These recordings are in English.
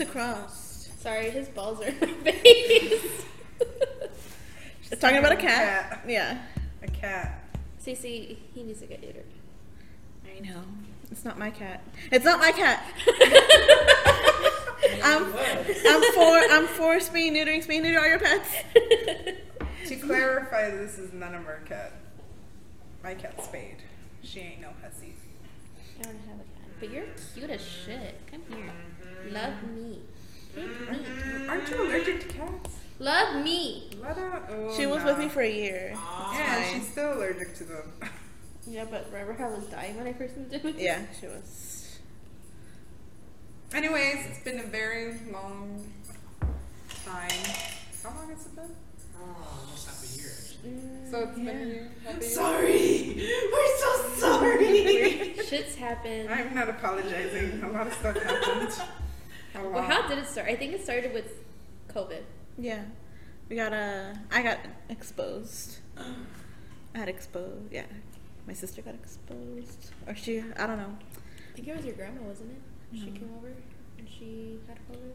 across. Sorry, his balls are in my face. Talking about a cat. Yeah. A cat. Cece, he needs to get neutered. I know. It's not my cat. It's not my cat. I'm, I'm for I'm for spaying, neutering, spaying, neuter all your pets. To clarify, this is none of our cat. My cat Spade. She ain't no hussy. I don't have a cat. But you're cute as shit. Come here. Love me. Hate me. Aren't you allergic to cats? Love me. Let her. Oh, She was nah. with me for a year. Yeah, fine. she's still allergic to them. Yeah, but remember how I was dying when I first moved in with you? Yeah, she was. Anyways, it's been a very long time. How long has it been? Almost half a year. actually. Mm, So it's been a year. happy- Sorry. We're so sorry. Shit's happened. I'm not apologizing. A lot of stuff happened. A lot. Well, how did it start? I think it started with COVID. Yeah, we got uh, I got exposed. I had exposed. Yeah, my sister got exposed, or she. I don't know. I think it was your grandma, wasn't it? She Mhm. came over and she had COVID.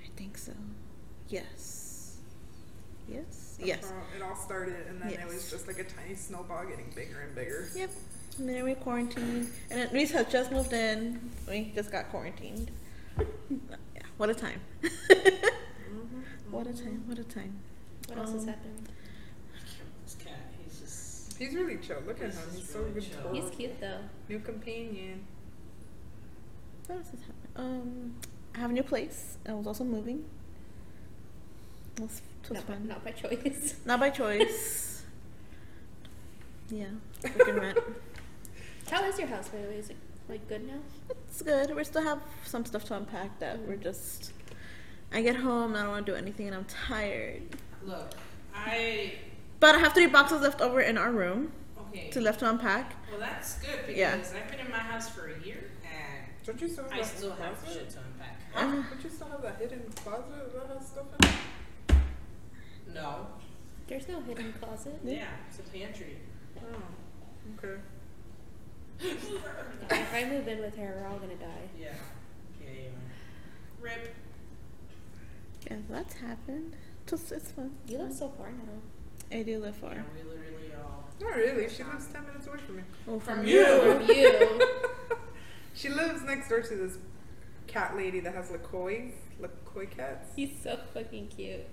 I think so. Yes. Yes. That's Yes. how It all started, and then it was Yes. just like a tiny snowball getting bigger and bigger. Yep. And then we quarantined, and at least had just moved in. We just got quarantined. yeah. What a time. what a time. What a time. What else has Um, happened? This cat, he's just. He's really chill. Look at him. This is He's so really good. chill. for He's cute though. New companion. What else has happened? Um, I have a new place. I was also moving. It was, it was Not by, fun. not by choice. Not by choice. yeah, freaking rent. How is your house by the way? Is it like good now? It's good. We still have some stuff to unpack that we're just. I get home and I don't want to do anything and I'm tired. Look, I But I have three boxes left over in our room okay. to left to unpack. Well, that's good because Yeah. I've been in my house for a year and Don't you still have I that still hidden have closet? shit to unpack. Uh, Don't you still have that hidden closet that has stuff in it? No. There's no hidden closet. Yeah, it's a pantry. Oh, okay. if I move in with her, we're all gonna die. Yeah. Yeah, you are. Rip. yeah, that's happened. Just, it's fun. You live so far now. I do live far. Yeah, we literally all. Not really. She lives 10 minutes away from me. Oh, From fun. you. From you. She lives next door to this cat lady that has Lakoi. Lakoi cats? He's so fucking cute.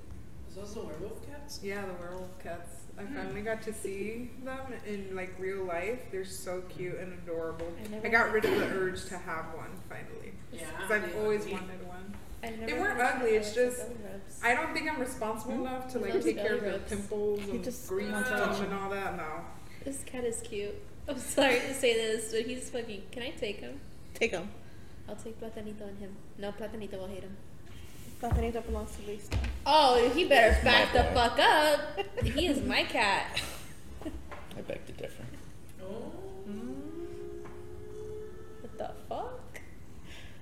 Is those the werewolf cats? Yeah, the werewolf cats. I Hmm. finally got to see them in like real life. They're so cute and adorable. I I never- got rid of the urge to have one finally. Ah, Yeah. Because I've they- always they- wanted one. I never weren't had ugly, it's those just- belly rubs. I don't think I'm responsible enough to like Those take care of belly the rubs. pimples and just grease wants them attention. and all that. No. This cat is cute. I'm sorry to say this, but he's fucking. Can I take him? Take them. I'll take Platanito and him. No, Platanito will hate him. Platanito belongs to Lisa. Oh, he better my back the boy. fuck up. He is my cat. I beg to differ. Oh. What the fuck?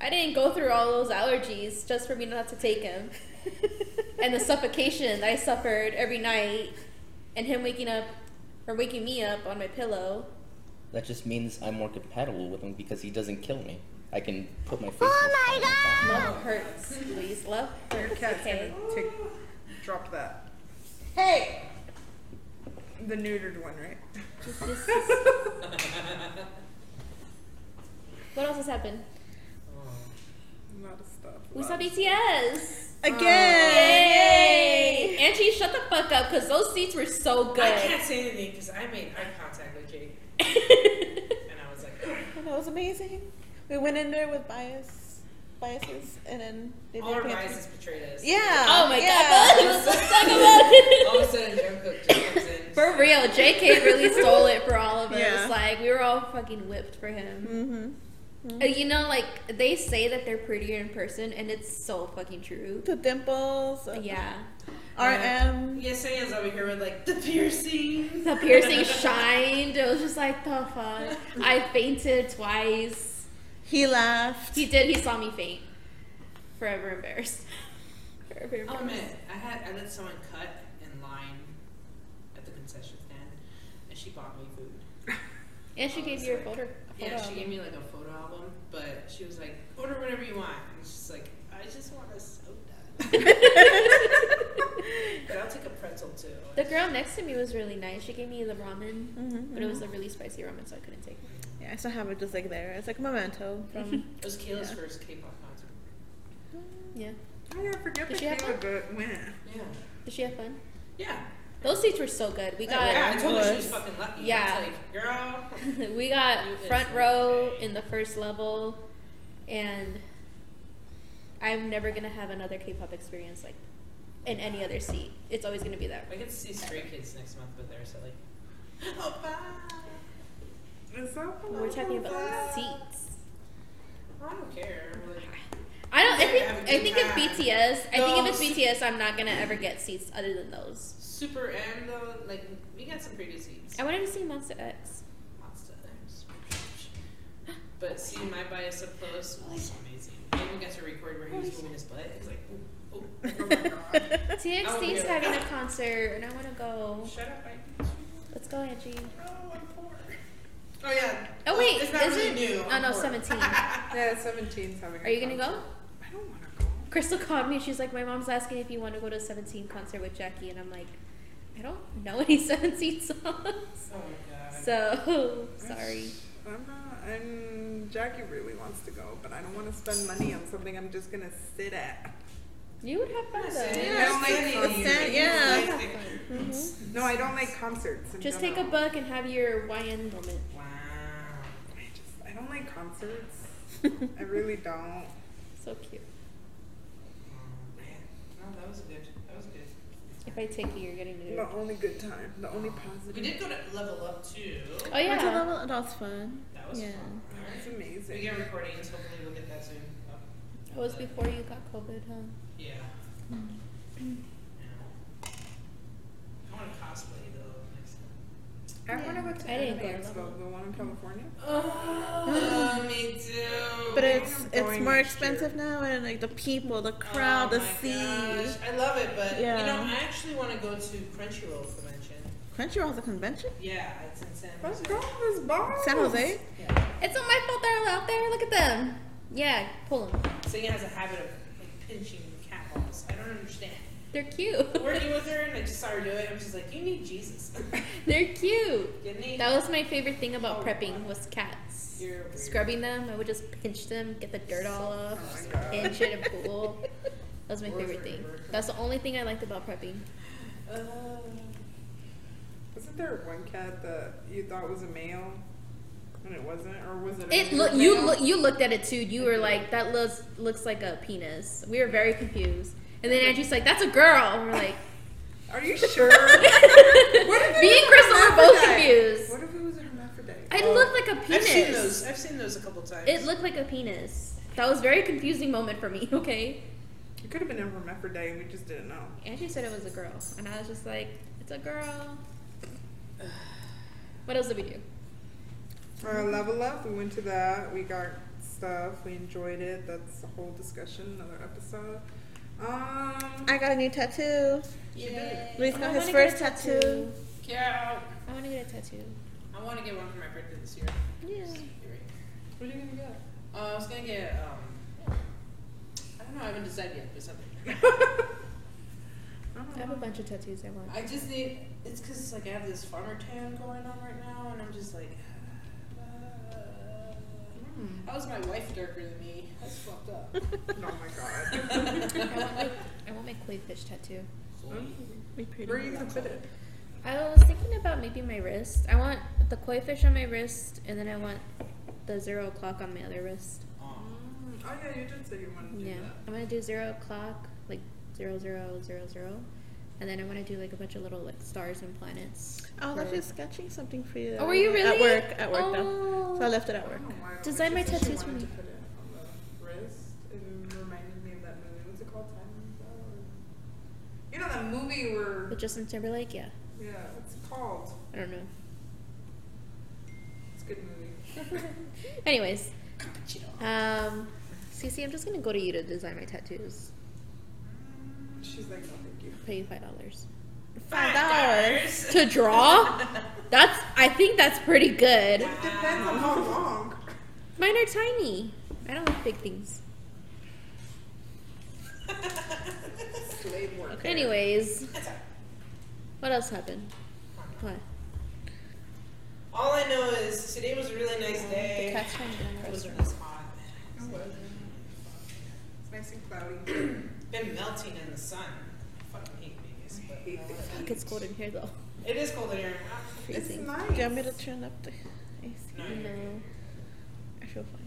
I didn't go through all those allergies just for me not to take him. and the suffocation that I suffered every night, and him waking up or waking me up on my pillow. That just means I'm more compatible with him because he doesn't kill me. I can put my face. Oh my god! Love hurts, please. Love Your hurts. cat's Okay. gonna take, drop that. Hey! The neutered one, right? Just- just- just- What else has happened? A lot of stuff. We Lot saw of- BTS. Again! Yay! Angie, shut the fuck up, cause those seats were so good. I can't say anything because I made eye contact with Jake and I was like, And that was amazing. We went in there with bias, biases, and then they all our did biases betrayed us. Yeah. Ah, oh my yeah. god, let's talk about it. All of a sudden, Jungkook just comes in. For real, JK really stole it for all of us. Yeah. Like we were all fucking whipped for him. Mm-hmm. Uh, You know, like they say that they're prettier in person, and it's so fucking true. The dimples. uh, Yeah, RM. Yeah, Sanya's over here with like the piercing. the piercing shined. It was just like the fuck. I fainted twice. He laughed. He did. He saw me faint. Forever embarrassed. Forever I'll embarrassed. admit, I had I let someone cut in line at the concession stand, and she bought me food. and she gave you a folder. Yeah, photo she album. gave me like a photo album, but she was like, order whatever you want. And she's like, I The girl next to me was really nice. She gave me the ramen, Mhm, but it was mhm. a really spicy ramen, so I couldn't take it. Yeah, I still have it just like there. It's like a memento from. It was Kayla's Yeah. first K-pop concert. Yeah. Oh yeah, forget Did that she have Kayla go- went. Yeah. Did she have fun? Yeah. Those seats were so good. We got yeah, I told her she was Uh, was- fucking lucky. yeah. I was like, girl. we got You did front so row good. in the first level, and I'm never gonna have another K-pop experience like in any other seat. It's always gonna be that. I get to see Stray Kids next month, but they're so like, oh, bye. Is that the We're one talking about that- seats. I don't care. Like, I don't. I They're think. having a I good think if time. BTS. I think if Those- it's BTS, I'm not gonna ever get seats other than those. Super M though, like we got some pretty good seats. I wanted to see Monster X. Mazda X. But seeing my bias up close was amazing. And we got to record where he was moving his butt. It was like, ooh, ooh, oh my god. TXT's yeah. having a concert, and I want to go. Shut up, Mike. Let's go, Angie. Oh, I'm poor. Oh yeah. Oh wait, it's not is really it? new. Oh I'm no, poor. seventeen. Yeah, 17's having. Are you gonna go? I don't want to go. Crystal called me. She's like, my mom's asking if you want to go to a 17 concert with Jackie, and I'm like, I don't know any 17 songs. Oh my god. So sorry. I'm not. I'm. Jackie really wants to go, but I don't want to spend money on something I'm just gonna sit at. You would have fun though. I don't like it's- these. it's that- You would yeah. have fun. No, I don't like concerts. In Just take a general. book and have your YN moment. Wow. I just. I don't like concerts. I really don't. So cute. Oh, man. No, Oh, that was good. That was good. If I take you, you're getting Oh, new. The only good time. The only positive. We did go to level up too. Oh Went to yeah. level. That's fun. That was Yeah. fun. That's We amazing. get recordings. Hopefully, we'll get that soon. Up. It was before you got COVID, huh? Yeah. Yeah. I want to cosplay though next time. I want to go to I didn't Anime go to Expo, level. the one in California. Oh, me too. But it's I'm it's going more next expensive now, and like the people, the crowd, Oh the my sea. gosh, I love it, but you Yeah. know, I actually want to go to Crunchyroll convention. Crunchyroll's a convention. Yeah, it's in San Let's Jose. go, Miss Balls. San Jose. Yeah. It's not my fault they're all out there. Look at them. Yeah, pull them. Singing has a habit of like, pinching cat balls. I don't understand. They're cute. Working with her, and I just saw her do it. I'm just like, you need Jesus. They're cute. you need. That was my favorite thing Oh, about prepping was cats. You're weird. Scrubbing them, I would just pinch them, get the dirt all off, Oh my God. pinch it and pull. That was my favorite thing. That's the only thing I liked about prepping. Uh, Um, Wasn't there one cat that you thought was a male, and it wasn't, or was it? a It male look you male? look you looked at it too. You were like, that looks looks like a penis. We were very confused. And then Angie's like, that's a girl. And we're like, Are you sure? me and Crystal were both confused. what if it was a hermaphrodite? It looked like a I've seen those. penis. I've seen those a couple times. It looked like a penis. That was a very confusing moment for me. Okay. It could have been a hermaphrodite, and we just didn't know. Angie said it was a girl, and I was just like, "It's a girl." What else did we do? Uh, level up. We went to that. We got stuff. We enjoyed it. That's a whole discussion. Another episode. Um, I got a new tattoo. Yeah. Luis I got his wanna first get a tattoo. Yeah. I want to get a tattoo. I want to get one for my birthday this year. Yeah. You're right. what are you gonna get? Uh, I was gonna get um. I don't know. I haven't decided yet, but something. I have a bunch of tattoos I want. I just need. It's because like I have this farmer tan going on right now, and I'm just like. Uh, how is my wife darker than me? That's fucked up. Mm. Oh my god. I want my, I want my koi fish tattoo. We pretty. Where are you gonna put it? I was thinking about maybe my wrist. I want the koi fish on my wrist, and then I want the zero o'clock on my other wrist. Mm, Oh yeah, you did say you wanted to Yeah. do that. I'm gonna do zero o'clock, like zero zero zero zero, and then I want to do like a bunch of little like stars and planets. I was for- actually Oh, sketching something for you. Oh, were you really At work, at work though. Oh. So I left it at I work. don't know why, but Design she my said she tattoos for wanted me. to put it on the wrist. It reminded me of that movie. What's it called? Time Is Up? You know that movie where With Justin Timberlake, yeah. yeah, what's it called? I don't know. It's a good movie. Anyways, um, Cece, I'm just gonna go to you to design my tattoos. She's like, no, thank you. Pay you five dollars Five dollars. to draw. That's I think that's pretty good. It depends on how long. Mine are tiny. I don't like big things. Slave work. Anyways, What else happened? What? All I know is today was a really nice Um, The day. cat's trying to get in the It wasn't restaurant. as hot. It was. It's nice and cloudy. It's been melting in the sun. I fucking hate Vegas, but hate the whatever. Fuck, it's cold in here though. it is cold in here. Ah, It's Freezing. Do you want me nice. to turn up the AC? No, No. I feel fine.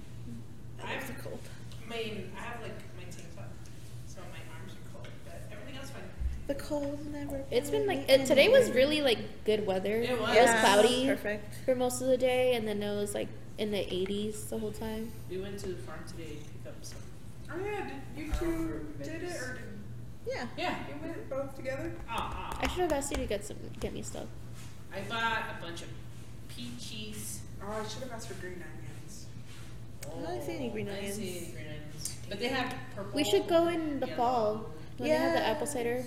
I'm It's cold. my I have like my tank top, so my arms are cold, but everything else fine. The cold never. It's been like found it, me today was anywhere. really like good weather. It was. Yeah, cloudy Perfect. for most of the day, and then it was like in the 80s the whole time. We went to the farm today to pick up some. Oh yeah, did you two did it or Yeah. Yeah. did you went both together? Ah, ah. I should have asked you to get some, get me stuff. I bought a bunch of peaches. Oh, I should have asked for green onions. I don't see any green Oh, I didn't see any onions. green onions. But they have purple. We should go in the yellow, fall when they have the apple Yes. cider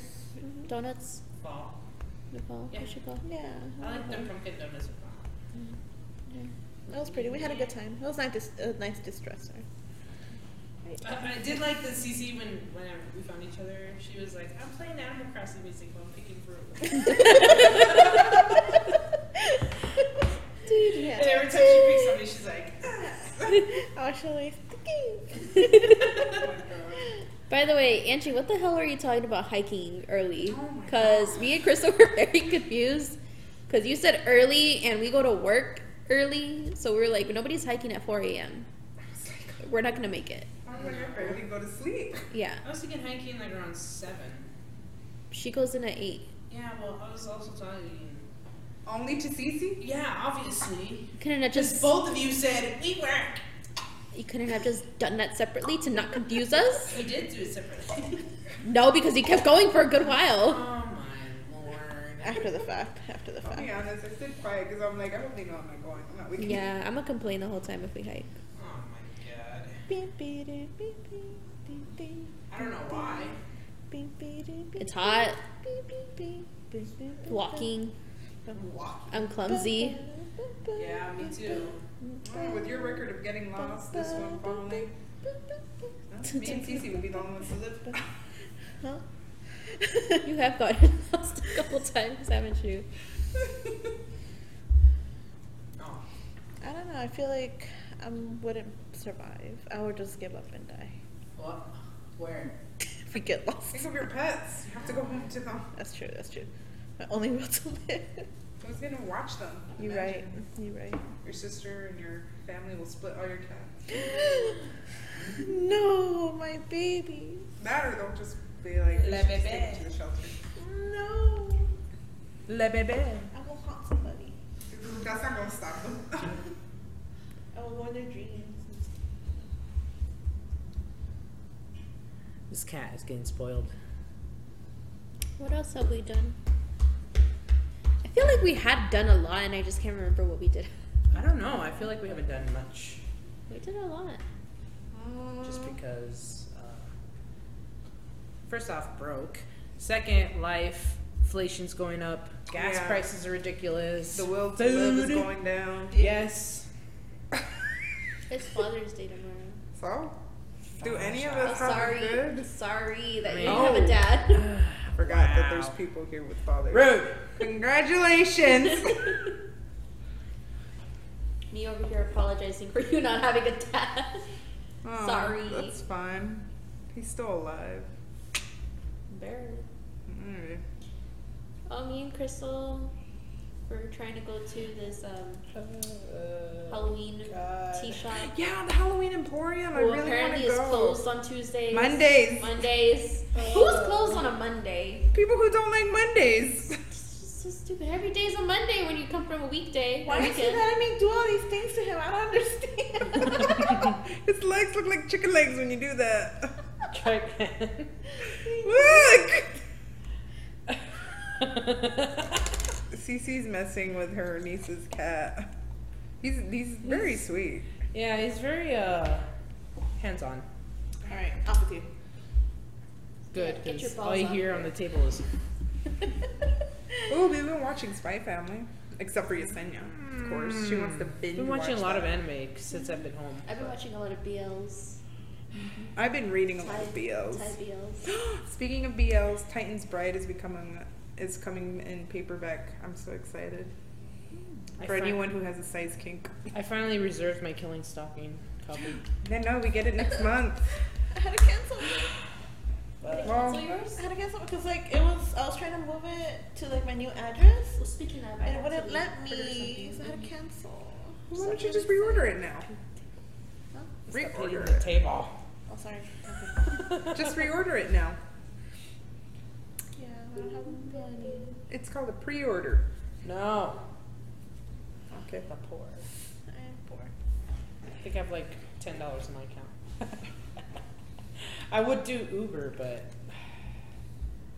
donuts. Fall. The fall. Yeah. We should go. Mm-hmm. Yeah. I like the pumpkin donuts in fall. Mm-hmm. That was pretty. We had a good time. That was nice. Dis- a nice distressor. I, I did like the CC when when I- we found each other. She was like, "I'm playing Animal Crossing music while I'm picking fruit." Dude, and every time she picks something, she's Oh like, Actually, By the way, Angie, what the hell are you talking about hiking early? Oh my Because me and Crystal were very confused. Because you said early and we go to work early. So we were like, nobody's hiking at 4 a.m. We're not going to make it. I was like, I barely go to sleep. Yeah. "I was thinking hiking like around seven. She goes in at 8. Yeah, well, I was also talking. Only to Cece? Yeah, obviously. Couldn't have Just just both of you said we work. you couldn't have just done that separately to not confuse us? We did do it separately. No, because you kept going for a good while. oh my lord. after the fact. After the I'll be fact. honest, I stood quiet because I'm like, I don't think I'm not going. I'm not waking up. Yeah, I'm gonna complain the whole time if we hike. Oh my god. Beep, beep, beep, beep, beep, beep, I don't know why. beep, beep, beep, beep, It's hot, beep, beep, beep, beep, beep, walking, I'm walking. I'm clumsy. Yeah, me too. Oh, with your record of getting lost, this one falling, me and Cece would be the only ones to live. Huh? You have gotten lost a couple times, haven't you? Oh. I don't know. I feel like I wouldn't survive. I would just give up and die. What? Where? If we get lost. Think of your pets. You have to go home to them. That's true. That's true. My only will to live. Who's gonna watch them? You're right. Imagine. You're right. Your sister and your family will split all your cats. no, my baby. That or they'll just be like, "You La should bebe." take it to the shelter. No. Le bebe. I will haunt somebody. That's not gonna stop them. I will go in their dreams. This cat is getting spoiled. What else have we done? I feel like we had done a lot, and I just can't remember what we did. I don't know. I feel like we haven't done much We did a lot. just because. Uh, first off, broke. Second, life. Inflation's going up. Gas Yeah. prices are ridiculous. the will to live is Food. going down. Yes. It's Father's Day tomorrow. So, do any of I'm us have sorry. a good? Sorry that you I don't have a mean- dad. I forgot that there's Wow. people here with fathers. Rude. Congratulations. Me over here apologizing for you not having a dad. Oh, Sorry. That's fine. He's still alive. Bear. Alright. Oh, me and Crystal were trying to go to this um, Oh, Halloween tea shop. Yeah, the Halloween Emporium. Well, I really want apparently to it's go. closed on Tuesdays. Mondays. Mondays. Oh. Who's closed on a Monday? People who don't like Mondays. It's just so stupid. Every day's a Monday when you come from a weekday. Why a is he weekend. letting me do all these things to him? I don't understand. His legs look like chicken legs when you do that. Try again. Look! Cece's messing with her niece's cat. He's he's very sweet. yeah, he's very uh, hands-on. all right, off with you. Good. Yeah, get your 'cause all you balls hear out on the table is Oh, we've been watching Spy Family. Except for Yesenia, of course. She wants to binge. I've Hmm. been watching a watch lot of that. anime since I've been home. I've been watching a lot of BLs. I've been reading a lot Thai of BLs. Thai BLs. Speaking of BLs, Titan's Bride is becoming is coming in paperback. I'm so excited. I For fin- anyone who has a size kink. I finally reserved my Killing Stalking copy. No, no, we get it next month. I had to cancel. it. Cancel Well, yours? I had to cancel because like it was I was trying to move it to like my new address Well, speaking of, and I it have wouldn't to let order me, so I had something. to cancel. why don't you just reorder it now? Huh? Reorder The it. table. Oh, sorry. Just reorder it now. Yeah, I don't have the money. It's called a pre-order. No. Okay. The poor. I'm poor. I think I have like ten dollars in my account. I would do Uber, but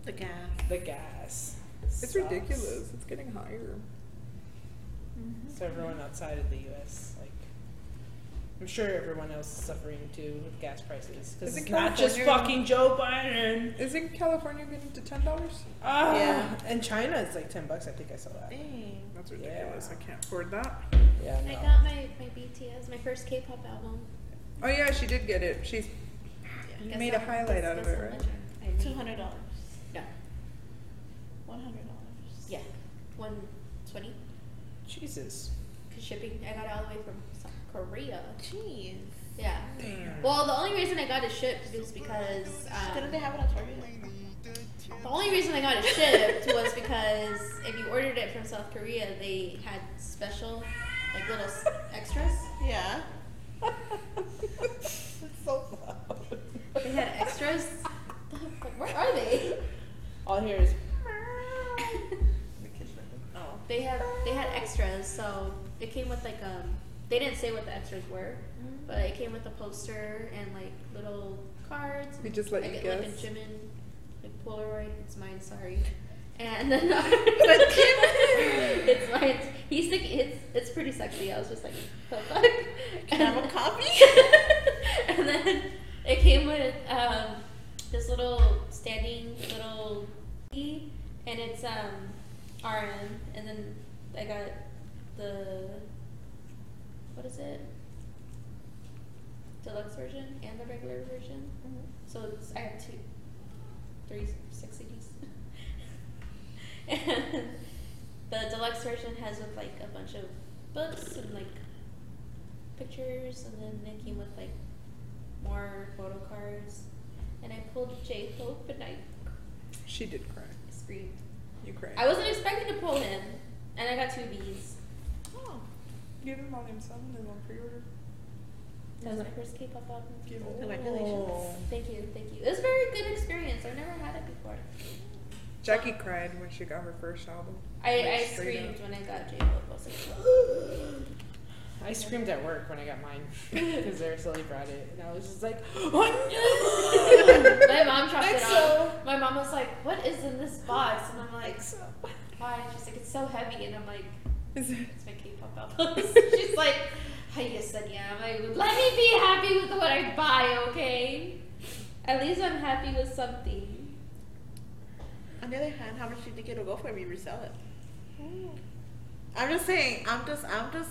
The gas. the gas. It's sucks. ridiculous. It's getting higher. So everyone outside of the U.S. like. I'm sure everyone else is suffering too with gas prices because Isn't it's not just California- fucking Joe Biden. Isn't California getting to ten dollars? Ah, Yeah. and China is like ten bucks. I think I saw that. Dang. That's ridiculous. ridiculous. I can't afford that. Yeah, I no. got my, my BTS, my first K-pop album. Oh yeah, she did get it. She's you Guess made a how- highlight out guess- of guess it, how right? much I made? Two hundred dollars. No. One hundred dollars. Yeah. One twenty. Jesus. Cause shipping, I got it all the way from South Korea. Jeez. Yeah. Damn. Well, the only reason I got it shipped is because um, Didn't they have it on Target? the only reason I got it shipped was because if you ordered it from South Korea, they had special like little s- extras. Yeah. so loud. They had extras. Like, Where are they? All here is oh, they had they had extras, so it came with like um they didn't say what the extras were, but it came with a poster and like little cards. We just let like, you a- Like a guess. Jimin, like Polaroid. It's mine. Sorry. And then it's mine. He's like it's it's pretty sexy. I was just like, the fuck. Can I have a copy? and then it came with um, this little standing little key, and it's um, RM. And then I got the what is it? Deluxe version and the regular version. So it's, I have two, three, six CDs. and the deluxe version has with like a bunch of books and like pictures, and then it came with like more photo cards. And I pulled J Hope and I She did cry. screamed. You cried. I wasn't expecting to pull him, and I got two B's. Oh. Give him volume seven and one pre-order. That was my first K pop album. Give it. Congratulations. Thank you, thank you. It was a very good experience. I've never had it before. Jackie cried when she got her first album. I, I Like, straight screamed up. when I got J Hope. I was like, I screamed at work when I got mine because Araceli brought it, and I was just like, "Oh no!" My mom chopped it Like off. so. My mom was like, "What is in this box?" And I'm like, "Why?" She's like, "It's so heavy," and I'm like, Is it? "It's my K-pop album." She's like, "Hi, yes, and yeah." I'm like, "Let me be happy with what I buy, okay? At least I'm happy with something." On the other hand, how much do you think it'll go for if you resell it? I'm just saying. I'm just. I'm just.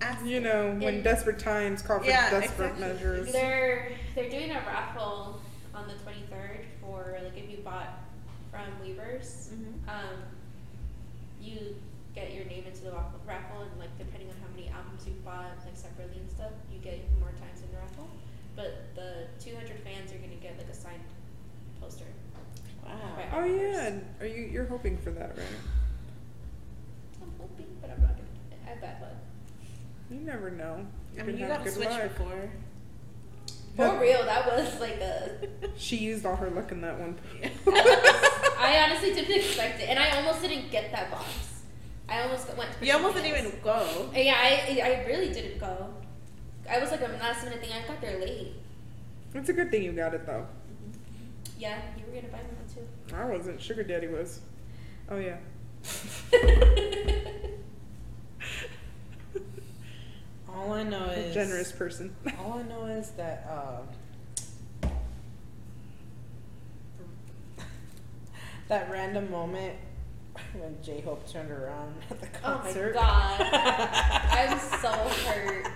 Asking. You know, when Yeah. desperate times call for Yeah, desperate exactly. measures. They're they're doing a raffle on the 23rd for like if you bought from Weavers. Mhm. um, you get your name into the raffle, raffle and like depending on how many albums you bought like separately and stuff you get more times in the raffle but the 200 fans are going to get like a signed poster Wow. by Oh all members. yeah, are you? You're hoping for that, right? i'm hoping but i'm not going to i have bad luck You never know. You I can mean, you have got a good switch luck. before. for real that was like a She used all her luck in that one. i honestly didn't expect it and i almost didn't get that box i almost got- went You almost didn't Yes. even go. Uh, yeah I, I really didn't go i was like a last minute thing i got there late It's a good thing you got it though. yeah you were going to buy me one too I wasn't. Sugar Daddy was. Oh yeah. All I know A is generous person. All I know is that um, that random moment when J Hope turned around at the Oh my concert. God. I'm so hurt.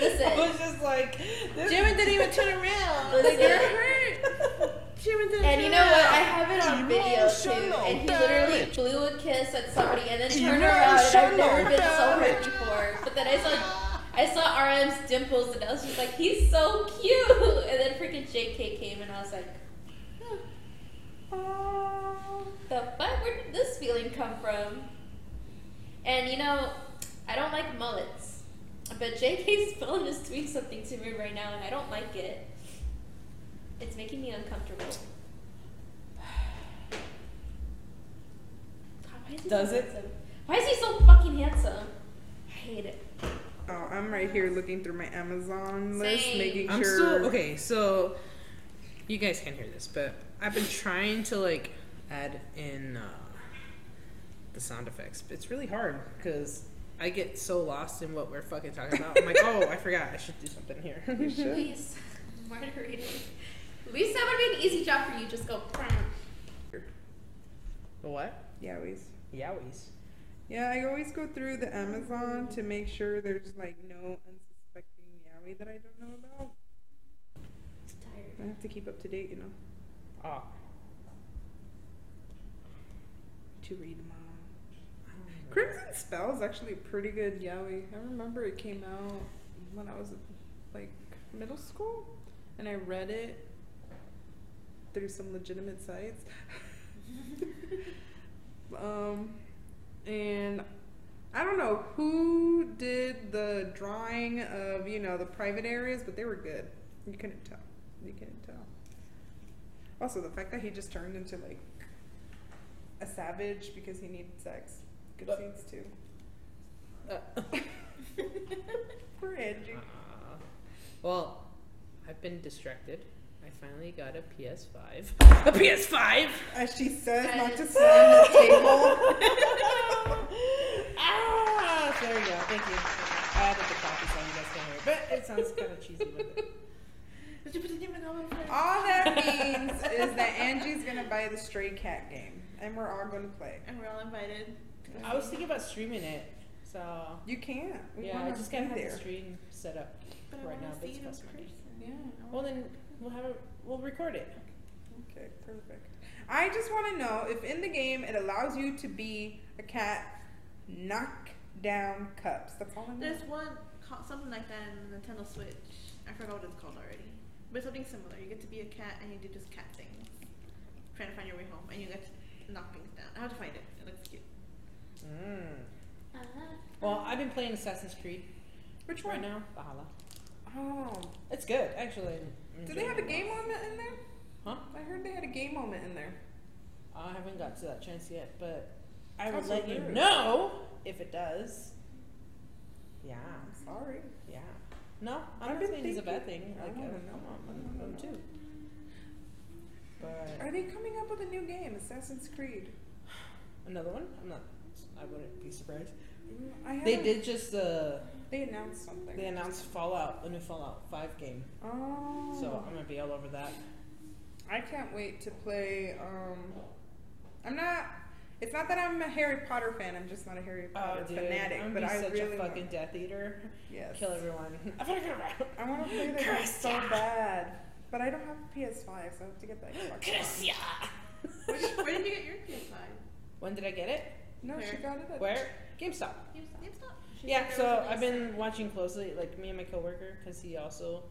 Listen. I was just like, this Jimin didn't even turn around. Listen. Like, you're hurt. Jimin even did And you know what? I have it on video too. Emotional And he literally damage. blew a kiss at somebody and then turned around. And I've never been so hurt before. But then I saw, I saw RM's dimples, and I was just like, he's so cute. And then freaking JK came, and I was like, huh. the fuck? Where did this feeling come from? And you know, I don't like mullets, but JK's phone is doing something to me right now, and I don't like it. It's making me uncomfortable. God, why is he Does so it? Handsome? Why is he so fucking handsome? I hate it. Oh, I'm right here looking through my Amazon list, Same. making I'm sure. still okay. So you guys can't hear this, but I've been trying to like add in uh, the sound effects, but it's really hard because I get so lost in what we're fucking talking about. I'm like, oh, I forgot. I should do something here. Luis, Margarita. Luis, that would be an easy job for you. Just go. The what? Yeah, always. Yowies. Yeah, I always go through the Amazon to make sure there's like no unsuspecting Yowie that I don't know about. I have to keep up to date, you know, Ah, to read them all. Uh, Crimson Spell is actually a pretty good Yowie. I remember it came out when I was like middle school, and I read it through some legitimate sites. um, and I don't know who did the drawing of you know the private areas, but they were good. You couldn't tell. You couldn't tell. Also, the fact that he just turned into like a savage because he needed sex. Good scenes too. Uh. Poor Andrew. Uh, well, I've been distracted. I finally got a PS5. A PS5. As she says, not not to to slam the table. Ah, there you go. Thank you. I added the coffee so you guys can hear, it, but it sounds kind of cheesy with it. All that means is that Angie's gonna buy the stray cat game, and we're all gonna play. And we're all invited. I was thinking about streaming it, so You can't. We yeah, I wanna just gotta be have there. the stream set up But right I now. want to but see it's you in possible. person. Yeah. Well, then we'll have it. We'll record it. Okay. Perfect. I just want to know if in the game it allows you to be a cat, knock down cups. The following. There's one, ca- something like that in the Nintendo Switch. I forgot what it's called already. But something similar. You get to be a cat and you do just cat things. Trying to find your way home and you get to knock things down. I have to find it. It looks cute. Mm. Uh-huh. Well, I've been playing Assassin's Creed Which right one? now. Valhalla. Oh. It's good, actually. I'm Do they enjoying have a it game lot. moment in there? Huh? I heard they had a game moment in there. I haven't got to that chance yet, but I will That's let so you rude. know if it does. Yeah, I'm sorry. yeah. No, I'm I've not been saying it's a bad thinking. thing. I Like, wanna I'm- know, I I'm wanna I'm know. too. But Are they coming up with a new game, Assassin's Creed? another one? I'm not. I wouldn't be surprised. Mm, I They haven't- did just uh, They announced something. they announced Fallout, a new Fallout Five game, oh. so I'm gonna be all over that. I can't wait to play. Um, I'm not. It's not that I'm a Harry Potter fan. I'm just not a Harry Oh, Potter dude, fanatic. I'm gonna but be I such really a fucking want, Death Eater. yes. Kill everyone. I better get around. I want to play that game so bad, but I don't have a PS5, so I have to get that Xbox. One. Where did, where did you get your PS5? When did I get it? No, she Where? got it. At, Where? GameStop. GameStop? She Yeah, said there so was a I've nice- been watching closely, like me and my coworker, because he also,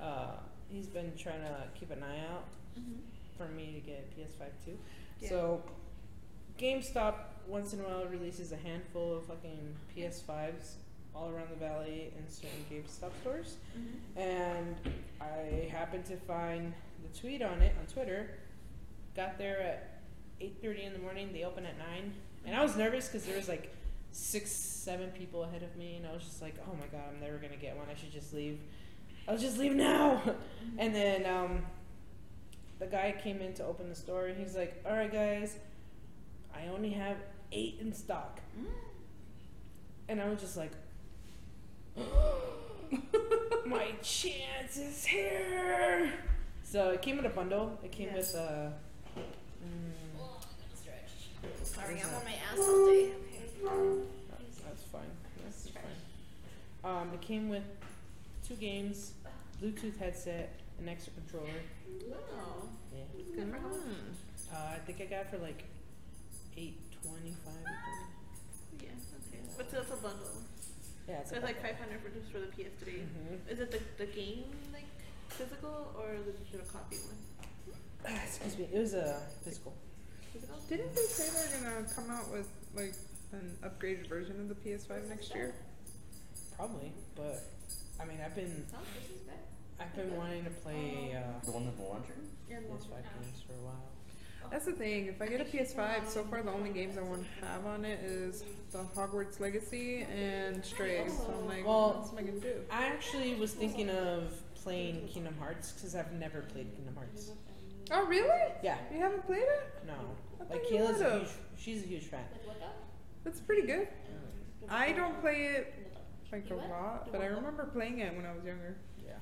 uh, he's been trying to keep an eye out Mhm. for me to get a PS5 too. Yeah. So, GameStop once in a while releases a handful of fucking PS5s all around the valley in certain GameStop stores, Mhm. and I happened to find the tweet on it on Twitter. Got there at 8:30 in the morning. They open at nine, and I was nervous because there was like six, seven people ahead of me, and I was just like, "Oh my god, I'm never gonna get one. I should just leave. I'll just leave now." and then um, the guy came in to open the store, and he's like, "All right, guys, I only have eight in stock," and I was just like. My chance is here. So it came in a bundle. It came Yes. with uh, a. Mm, Sorry, I'm on my ass all day. that's fine. That's fine. Um, it came with two games, Bluetooth headset, an extra controller. Wow. Yeah. It's good for how much? Uh, I think I got it for like eight twenty-five. Yeah, okay. But still, it's a bundle. Yeah, it's So a it's like bundle. 500 for just for the PS3. Mhm. Is it the, the game, like, physical, or the digital copy one? Excuse me. It was a physical. Physical? Didn't they say they're gonna come out with like an upgraded version of the PS5 next year? Probably, but I mean, I've been Oh, this is bad. I've been wanting to play uh, The one with the launcher? Yeah, no. PS5 games for a while. That's the thing. If I get a PS5, so far the only games I want to have on it is the Hogwarts Legacy and Stray. So I'm like, Well- what else am I gonna do? I actually was thinking of playing Kingdom Hearts because I've never played Kingdom Hearts. Oh really? Yeah, You haven't played it? no. I Like thought you Kayla's a would've. huge, she's a huge fan. That's pretty good. I don't play it like a lot, but I remember playing it when I was younger. Yeah.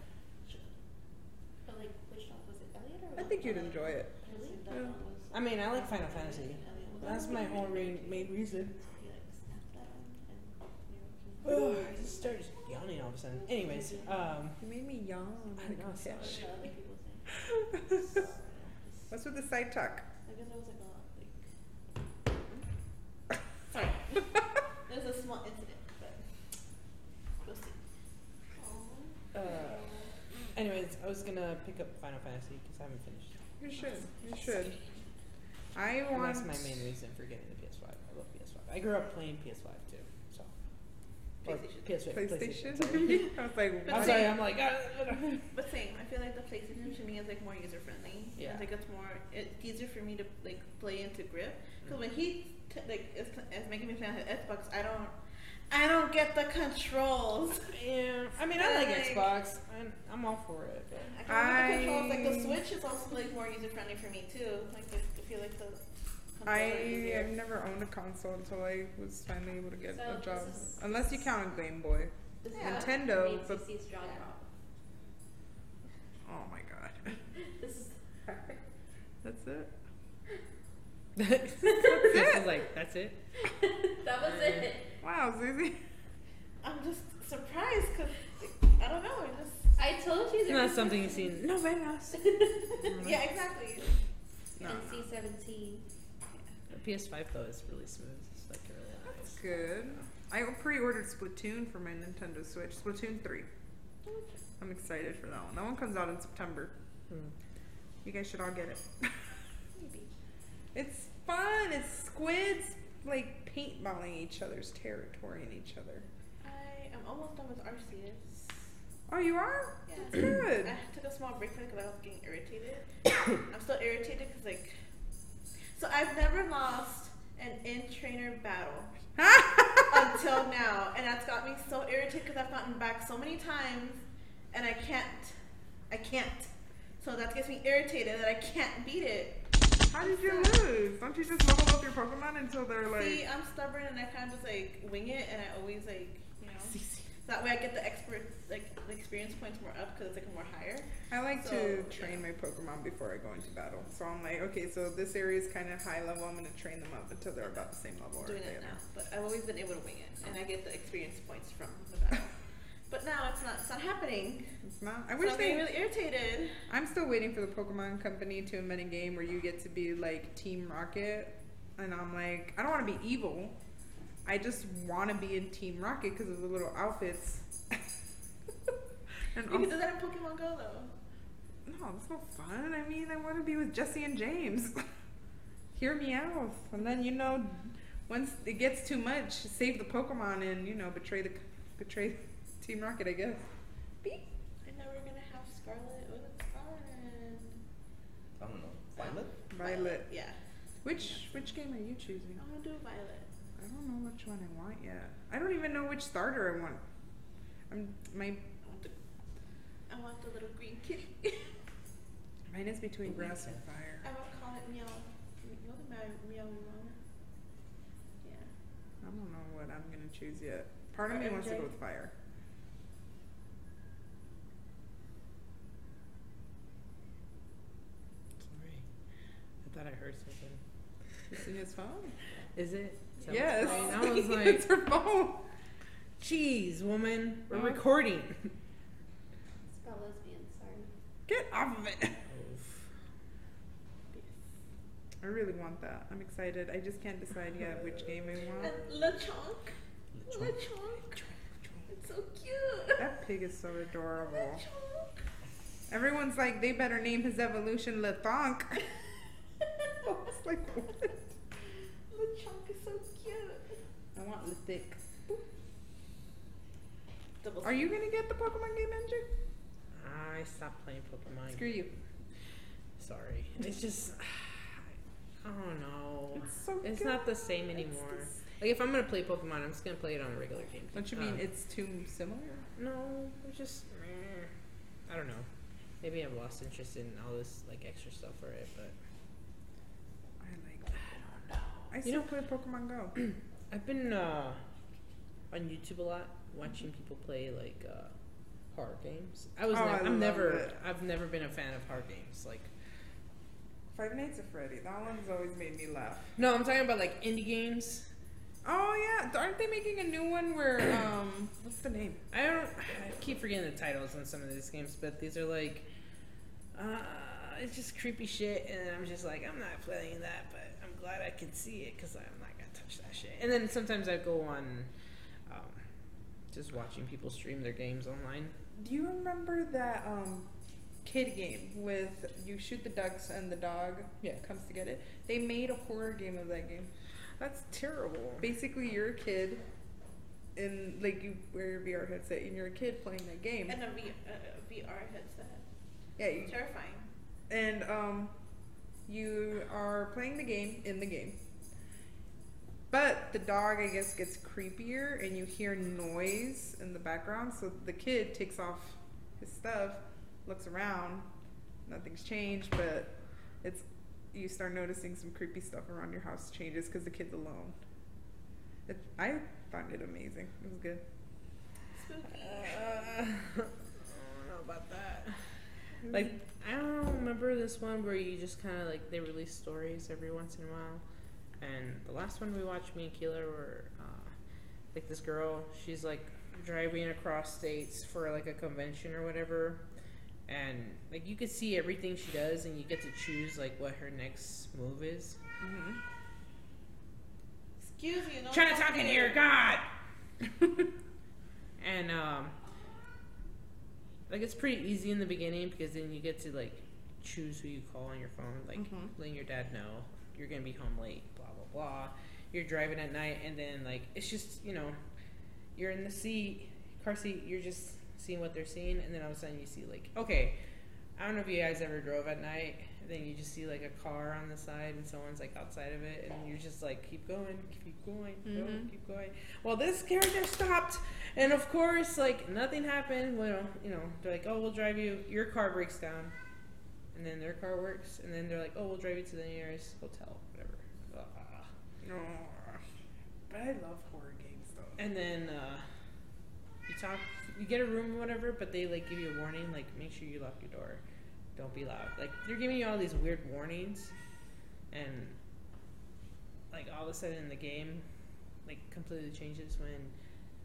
But like, which one was it, Elliot or? I think you'd enjoy it. Really? Yeah. I mean, I like Final Fantasy. That's my whole re- main reason. You like snap that on and you know, Ugh, I just started yawning all of a sudden. Anyways, um, You made me yawn. I like know, a sorry. fish. what other people think. What's with the side talk? I guess I was like, oh, like, Sorry. There's a small incident, but we'll see. uh, anyways, I was gonna pick up Final Fantasy because I haven't finished. You should. You should. I And want. that's my main reason for getting the PS5. I love PS5. I grew up playing PS5 too, so. Or PlayStation. PS5, PlayStation. sorry. I was like, I'm what? sorry, I'm like, ah, ah, ah. But same, I feel like the PlayStation to me is like more user friendly. Yeah. I think it's more it's easier for me to like play and to grip. Because when he t- like is, is making me play on his Xbox, I don't, I don't get the controls. yeah. I mean, I like Like- Xbox. I'm, I'm all for it. But I don't get I- the controls. Like the Switch is also like more user friendly for me too. Like I feel like the controls are I easier. have never owned a console until I was finally able to get So a this job. is- Unless you count a Game Boy. this is Yeah. Nintendo, made but- CC's jaw drop. Oh my god. This is her. That's it. This is like, that's it? that was it. Wow, Susie. I'm just surprised because like, I don't know. I just I told you It's there not was something you've seen. No, man, else. yeah, exactly. No, no. NC seventeen. The PS5 though is really smooth. It's like really nice. Good. I pre-ordered Splatoon for my Nintendo Switch. Splatoon 3. I'm excited for that one. That one comes out in September. Hmm. You guys should all get it. It's fun. It's squids like paintballing each other's territory and each other. I am almost done with Arceus. Oh, you are? Yeah. That's good. I took a small break because I was getting irritated. I'm still irritated because like, so I've never lost an in trainer battle until now, and that's got me so irritated because I've gotten back so many times, and I can't, I can't. So that gets me irritated that I can't beat it. How did you lose? Don't you just level up your Pokemon until they're like? See, I'm stubborn and I kind of just like wing it, and I always like you know. That way I get the expert like the experience points more up because it's like more higher. I like So, to train my Pokemon before I go into battle. So I'm like, okay, so this area is kind of high level. I'm gonna train them up until they're about the same level. or doing it better. now, but I've always been able to wing it, and I get the experience points from the battle. but now it's not it's not happening. It's not. I So wish I'm they. getting really irritated. I'm still waiting for the Pokemon Company to invent a game where you get to be like Team Rocket, and I'm like, I don't want to be evil. I just want to be in Team Rocket because of the little outfits. and You I'm can do that in Pokemon Go though. No, that's no fun. I mean, I want to be with Jesse and James. Hear me out. And then, you know, once it gets too much, save the Pokemon and, you know, betray the betray Team Rocket, I guess. Beep. I know we're gonna have Scarlet. Oh, that's fun. I don't know. Violet? Violet. Yeah, Which which game are you choosing? I want to do Violet. I don't know which one I want yet. I don't even know which starter I want. I'm my I want the I want the little green kitty. mine is between grass and fire. I won't call it meow. Meow meow meow. meow. Yeah. I don't know what I'm gonna choose yet. Part of me wants to go with fire. Sorry. I thought I heard something. It's in his phone. Is it? Is that yes, what's going on? I was it's like, her phone. jeez, woman, we're Huh? recording. It's about lesbian. off of it. I really want that. I'm excited. I just can't decide yet which game I want. LeChonk. LeChonk. It's so cute. That pig is so adorable. LeChonk. Everyone's like, they better name his evolution LeThonk. I was like, what? LeChonk is so cute. I want LeThick. Double Are you gonna get the Pokemon game engine? I stopped playing Pokemon. Screw you. Sorry. It's just. I don't know. It's so It's good. not the same anymore. Like if I'm gonna play Pokemon, I'm just gonna play it on a regular game. Don't you Um, mean it's too similar? No, it's just. meh. I don't know. Maybe I've lost interest in all this like extra stuff for it, but I like. I don't know. I You still know- play Pokemon Go. I've been uh, on YouTube a lot watching people play like uh, horror games. I was Oh, nev- I love I'm never it. I've never been a fan of horror games. Like Five Nights at Freddy. That one's always made me laugh. no, I'm talking about like indie games. Oh yeah, aren't they making a new one where um, what's the name? I don't I keep forgetting the titles on some of these games, but these are like uh, it's just creepy shit, and I'm just like I'm not playing that, but I'm glad I can see it because I'm not gonna touch that shit. And then sometimes I go on um, just watching people stream their games online. Do you remember that um, kid game with you shoot the ducks and the dog Yeah. comes to get it? They made a horror game of that game. That's terrible. Basically, you're a kid, and like you wear a VR headset, and you're a kid playing that game. And a V- a- a VR headset. yeah, you, Terrifying. and um, you are playing the game in the game. But the dog, I guess, gets creepier, and you hear noise in the background. So the kid takes off his stuff, looks around, nothing's changed, but it's you start noticing some creepy stuff around your house changes because the kid's alone. It, I found it amazing. It was good. Spooky. Uh, Uh, I don't know about that. Like I don't remember this one where you just kind of like they release stories every once in a while. And the last one we watched, me and Keela were uh, like this girl. She's like driving across states for like a convention or whatever. And like you could see everything she does, and you get to choose like what her next move is. Excuse me. No Trying to talk in here, God. and um, like it's pretty easy in the beginning because then you get to like choose who you call on your phone, like Mhm. letting your dad know you're gonna be home late, blah blah blah. You're driving at night, and then like it's just you know, you're in the seat, car seat. You're just seeing what they're seeing, and then all of a sudden you see like okay. I don't know if you guys ever drove at night. And then you just see like a car on the side, and someone's like outside of it, and you're just like, keep going, keep going, keep going, Mhm. keep going. Well, this character stopped, and of course, like nothing happened. Well, you know, they're like, oh, we'll drive you. Your car breaks down, and then their car works, and then they're like, oh, we'll drive you to the nearest hotel, whatever. Ah. Aw. But I love horror games though. And then uh, you talk, you get a room or whatever, but they like give you a warning, like make sure you lock your door, don't be loud. Like they're giving you all these weird warnings, and like all of a sudden the game like completely changes when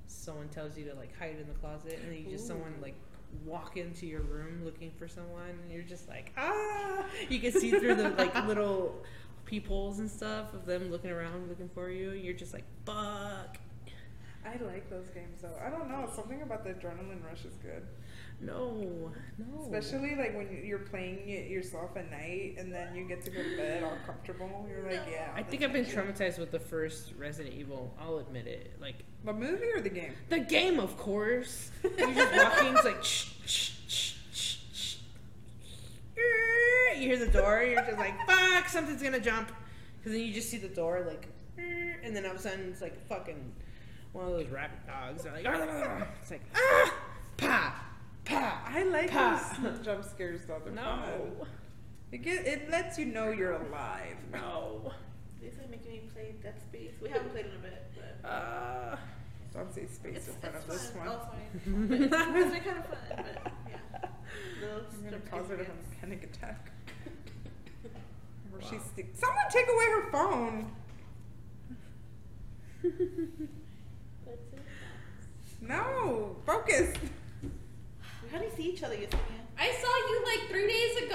someone tells you to like hide in the closet, and then you just someone like walk into your room looking for someone, and you're just like ah, you can see through the like little peepholes and stuff of them looking around looking for you. and You're just like fuck. I like those games though. I don't know. Something about the adrenaline rush is good. No, no. Especially like when you're playing it yourself at night and then you get to go to bed all comfortable. You're like, yeah. I think I've been traumatized with the first Resident Evil. I'll admit it. Like The movie or the game? the game, of course. You're just walking, it's like shh, shh, shh, shh, shh. You hear the door. You're just like fuck, something's gonna jump. Because then you just see the door like, "Er," and then all of a sudden it's like fucking one of those rabbit dogs. They're like, "Ah." it's like ah, pa, pa. I like Pa. those jump scares though. They're fun. No, It, get, it lets you know you're alive. no. This is making me play Dead Space. We haven't played in a bit, but Uh, Don't say space it's, in it's front of this fun. one. Oh, sorry. But it's been kind of fun, but yeah. Little I'm gonna jump cause her to scares. have a panic attack. Where Wow. she sticks. Someone take away her phone. That's it. No, focus. How do you see each other, Yesenia? I saw you like three days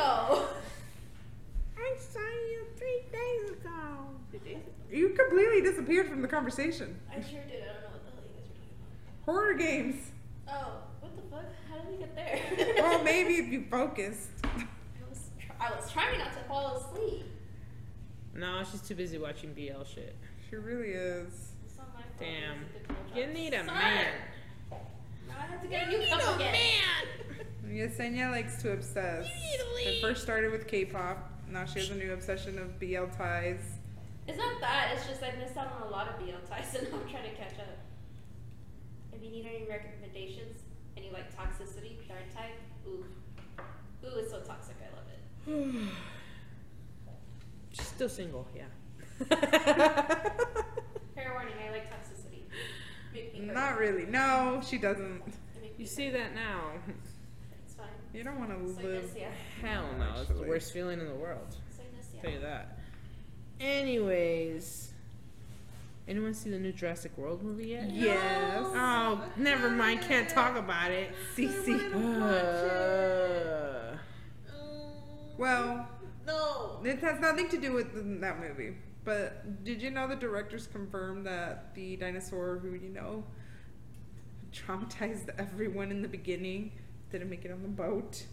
completely disappeared from the conversation. I sure did. I don't know what the hell you guys were talking about. Horror games. Oh, what the fuck? How did we get there? Well, maybe if you focused. I was, tr- I was trying not to fall asleep. No, she's too busy watching BL shit. She really is. It's not my fault. Damn. It's a difficult You job. need a Son! man. Now I have to get you a new cup again. Yesenia likes to obsess. It first started with K-pop. Now she has a new obsession of BL ties. It's not that. It's just I missed out on a lot of BL ties, and I'm trying to catch up. If you need any recommendations, any like toxicity, dark type, ooh, ooh, it's so toxic. I love it. She's still single, yeah. Fair warning, I like toxicity. Make me hurt. Not really. No, she doesn't. It make me you say that now. hurt. It's fine. You don't want It's to like live. this, yeah. Hell no, it's the Actually. worst feeling in the world. It's like this, tell yeah. you that. Anyways, anyone see the new Jurassic World movie yet? Yes. Oh, never mind. Can't talk about it. CC. Uh, Well, No. it has nothing to do with th- that movie. But did you know the directors confirmed that the dinosaur who, you know, traumatized everyone in the beginning, didn't make it on the boat,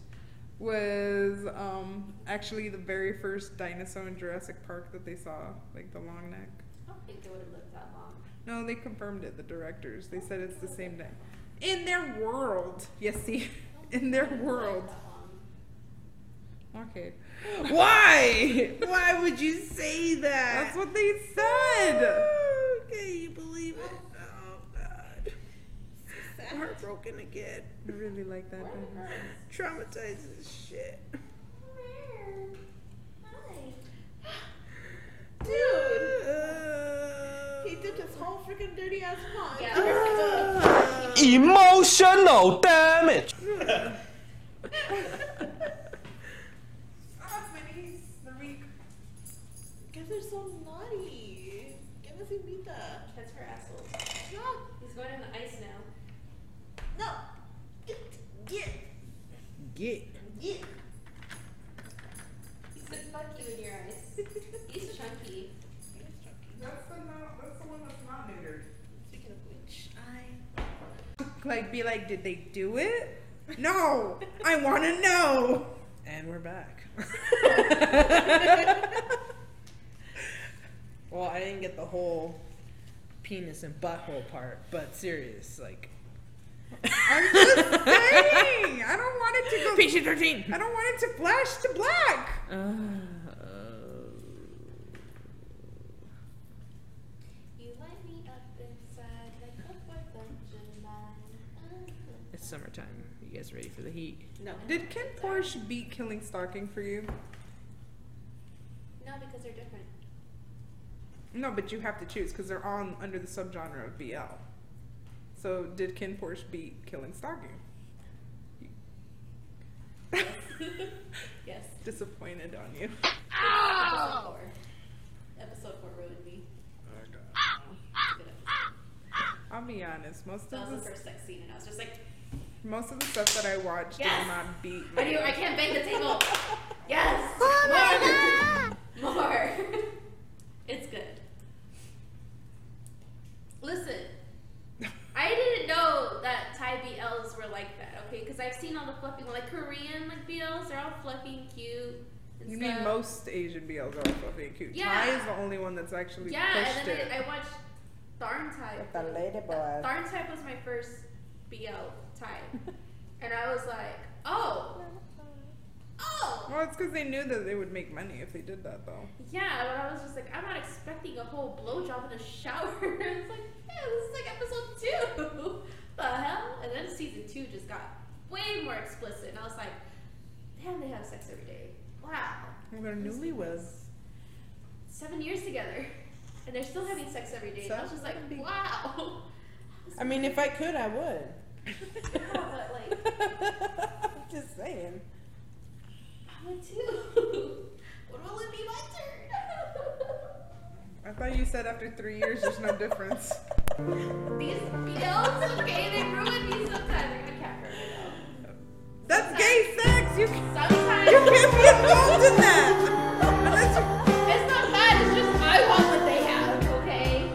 was um, actually the very first dinosaur in Jurassic Park that they saw, like the long neck? I don't think it would have lived that long. No, they confirmed it, the directors. They said it's the same day. In their world. Yes, see? In their world. That long. Okay. why? Why would you say that? That's what they said. Can you believe it? Oh God, I'm heartbroken again. I really like that. dinosaur. Traumatized as shit. He did his whole freaking dirty ass mom. Yeah. That's Ah. Emotional damage. Ah, it's my niece, the reek. Guys are so naughty. Que nos invita? for assholes. No. He's going on the ice now. No. Get. Get. Get. Get. He said, fuck you in your eyes. He's chunky. That's the, not, that's the one that's not neutered. Speaking of which, I. Like, be like, did they do it? No, I want to know. And we're back. well, I didn't get the whole penis and butthole part, but serious, like I'm just saying. I don't want it to go. PG thirteen. I don't want it to flash to black. Uh, You light me up inside like the 4th of July. It's summertime. You guys ready for the heat? No. Did Ken Porsche beat Killing Stalking for you? No, because they're different. No, but you have to choose because they're all under the subgenre of BL. So did Ken Porsche beat Killing Stalking? Yes. Disappointed on you. Ow! Episode 4. Episode 4 ruined me. Good episode. I'll be honest. Most That of was the the first sex scene, and I was just like, most of the stuff that I watched Yes. did not beat. I me. knew I can't bang the table. Yes! Oh More! More! it's good. Listen, I didn't know that Thai BLs were like that, okay? Because I've seen all the fluffy, like Korean like BLs, they're all fluffy and cute. And You stuff. mean most Asian BLs are also being cute. Yeah. Thai is the only one that's actually Yeah, pushed and then it. I, I watched Darn Type. The lady boys. Darn Type was my first BL type. and I was like, oh! Oh! well, it's because they knew that they would make money if they did that, though. Yeah, but I was just like, I'm not expecting a whole blowjob in a shower. it's like, yeah, this is like episode two. the hell? And then season two just got way more explicit, and I was like, damn, they have sex every day. Wow, Well, they're newlyweds. seven years together, and they're still having sex every day. I was just like, wow. I mean, if I could, I would. Yeah, but like, Just saying. I would too. when will it be my turn? I thought you said after three years there's no difference. These feels okay, they ruin me sometimes. Like, I can't remember. That's gay sex. You can't, Sometimes. you can't be involved in that. Unless you- It's not bad, it's just I want what they have, okay?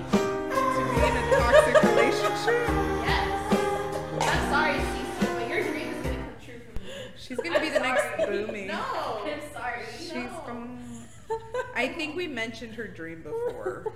booming. No. I'm sorry. She's no. going. I think we mentioned her dream before,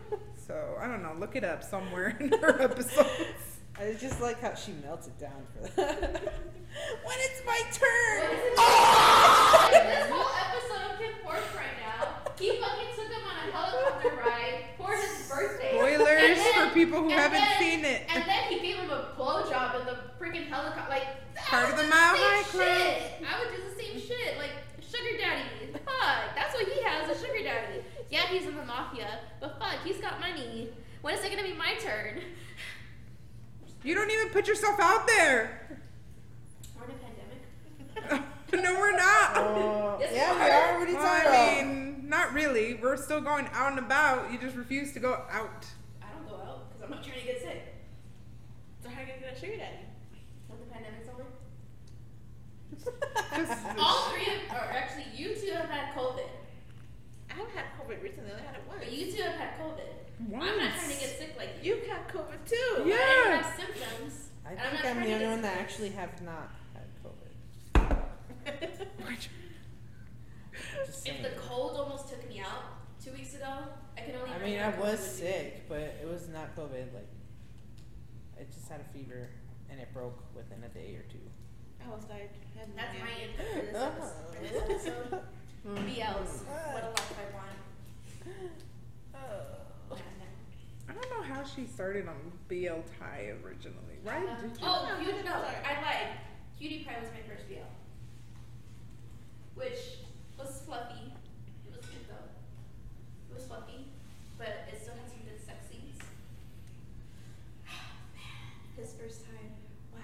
so I don't know. Look it up somewhere in her episodes. I just like how she melted down for that. When it's my turn. Like, this whole episode of Kid Force right now, he fucking took him on a helicopter ride for his birthday. Spoilers And for people who and haven't then- seen it. And then he gave him a blowjob in the freaking helicopter. Like, I Part would of the do Mile same High Club. Shit. I would do the same shit. Like, sugar daddy. Fuck. That's what he has, a sugar daddy. Yeah, he's in the mafia, but fuck, he's got money. When is it gonna be my turn? You don't even put yourself out there. We're in a pandemic. no, we're not. Uh, Yes, yeah, we we are. are. What are you Well, talking I about? mean, not really. We're still going out and about. You just refuse to go out. I don't go out because I'm not trying to get sick. So how are you gonna get a sugar daddy? When the pandemic's over. Just- All three of, or actually, you two have had COVID. I haven't had COVID recently. I only had it once. But you two have had COVID. I'm not trying to get sick like you. You got COVID too. I don't yeah. have symptoms. I and think not trying I'm the to only get one that sick. actually have not had COVID. Just If saying. the cold almost took me out two weeks ago, I can only. I mean, I imagine was what it would do. sick, but it was not COVID. Like, I just had a fever, and it broke within a day or two. I almost died. I had Oh. That's my pneumonia. input for this episode. For this episode. BLs. What a life I want. Oh. I don't know how she started on BL Thai originally. Why did you? Oh, you know, I lied. Cutie Pie was my first BL. Which was fluffy. It was good though. It was fluffy, but it still had some good sex scenes. Oh, Man, his first time. Wow.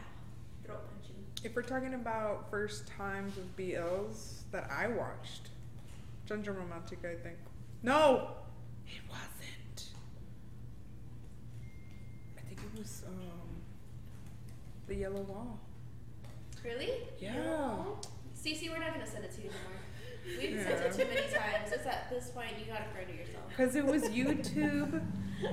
Throat punching. If we're talking about first times with BLs that I watched, Ginger Romantic, I think. No, it wasn't. I think it was um, the Yellow Wall. Really? Yeah. Cece, we're not gonna send it to you anymore. We've Yeah. sent it too many times. It's at this point you gotta further yourself. Because it was YouTube,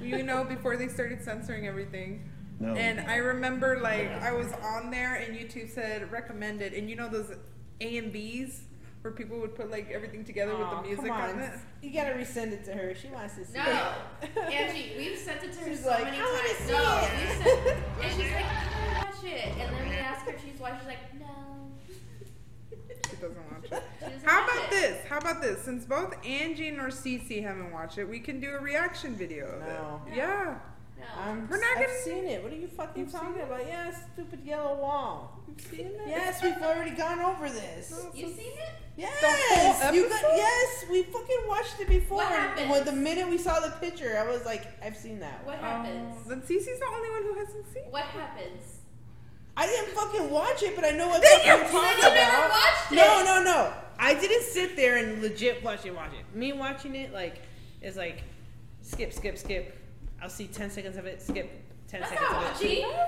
you know, before they started censoring everything. No. And I remember, like, I was on there and YouTube said recommended. And you know those A and Bs where people would put, like, everything together with Aw, the music come on. on. it? You gotta resend it to her. She wants to see No, it. Angie, we've sent it to her She's so like, many "I wanna times. see No, it." we've sent, and she's like, I watch it, and then we ask her if she's watched. She's like, no. She doesn't watch it. She doesn't How watch about it. this? How about this? Since both Angie nor Cece haven't watched it, we can do a reaction video of No. it. Yeah. No. I'm, We're not I've gonna- seen it. What are you fucking You've seen talking it? about? Yeah, stupid yellow wall. You've seen it? Yes, we've already gone over this. You've seen it? Yes, whole you got, episode? yes, we fucking watched it before. What and happened? when the minute we saw the picture, I was like, I've seen that. What Um, happens? then Cece's the only one who hasn't seen it. What happens? I didn't fucking watch it, but I know what Then fucking you- you're talking then you never about. watched No, it. no, no. I didn't sit there and legit watch it. Watch it. Me watching it like is like skip, skip, skip. I'll see ten seconds of it. Skip ten That's seconds not of it. watching.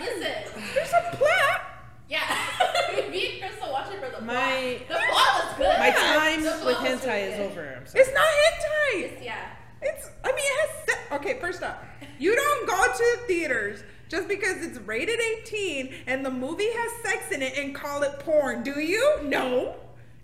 Listen. There's a plot. Yeah. Me and Crystal watch it for the My- plot. The plot was good. My time The plot with was really hentai is good. over. I'm sorry. It's not hentai. It's- Yeah. It's, I mean, it has. se- Okay, first off, you don't go to theaters just because it's rated 18 and the movie has sex in it and call it porn, do you? No.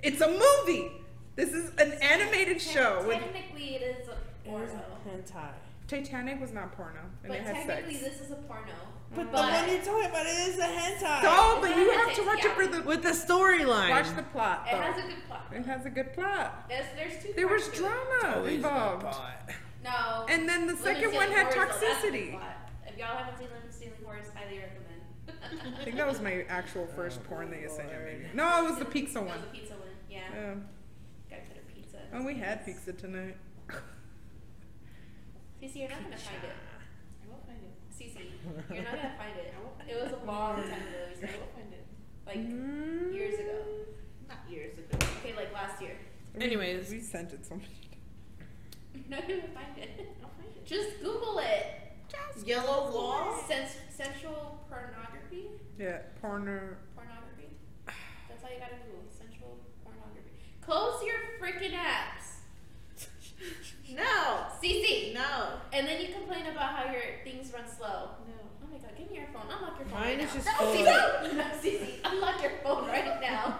It's a movie. This is an animated show. With Technically, it is a porno. hentai. Titanic was not porno and But it has sex. technically, this is a porno. But the one you're talking about it is a hentai. No, it's but not you have to hentai, watch it for yeah. the. With the storyline. Watch the plot. It has though. a good plot. It has a good plot. There's, there's two Uh-huh. There parts was to it. drama involved. No. And then the Lemon second Stealing one had Horrors, though, that's a good toxicity. plot. If y'all haven't seen Lemon Stealing Horrors, highly recommend. I think that was my actual first porn that you sent me. Maybe. No, Oh, it was the pizza That one. was a pizza one. Yeah. Yeah. Oh. Gotta put a pizza. And we had pizza tonight. Cece, you're not gonna find it. I will find it. Cece, you're not gonna find it. I will find it. It was a long time ago. You I said, will find it. like Mm-hmm. years ago. Not years ago. Okay, like last year. Mm. Anyways. we sent it so many You're not gonna find it. Just Google it. Yellow wall. Sens- sensual pornography. Yeah, porner. Pornography. That's all you gotta Google. Sensual pornography. Close your freaking apps. No. Cece. No. And then you complain about how your things run slow. No. Oh my god, give me your phone. Unlock your phone. Mine right is now. just full of- no, Cece, unlock your phone right now.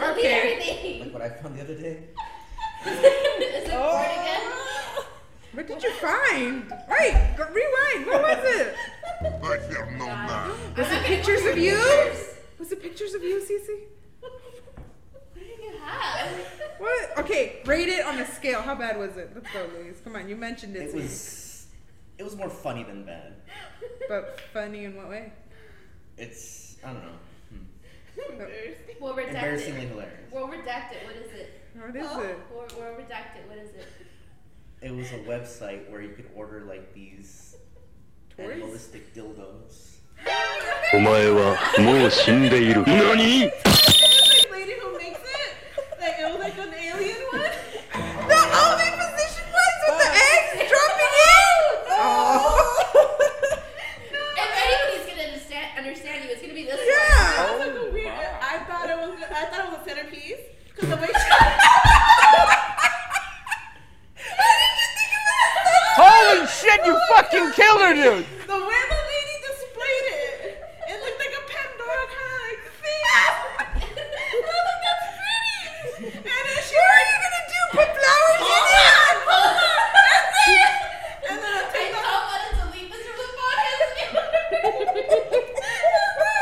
Okay. everything. Like what I found the other day. Is it bored Oh. again? What did you find? Wait, go- rewind. What was it? Was it Pictures of you? Was it pictures of you, Cece? What did you have? What? Okay, rate it on a scale. How bad was it? Let's go, Louise. Come on, you mentioned it, It was. It was more funny than bad. but funny in what way? It's I don't know. Hmm. Well, redacted. Embarrassingly hilarious. Well, redacted. What is it? What is it? Well, well, redacted. What is it? It was a website where you could order like these Toys? animalistic dildos. お前はもう死んでいる。何 This lady who makes it, like it was like an alien one. The only position was with the eggs dropping in. Oh. If anybody's gonna understand, understand you, it's gonna be Oh, this Yeah. That was like a weird. I thought it was. I thought it was a centerpiece because the way she. Holy shit, you fucking killed her, dude! The way the lady displayed it, it looked like a Pandora kind of like thing. and I was like, that's pretty. And then she, what are you gonna do? Put flowers in it? and then I I take off. don't want to delete this from the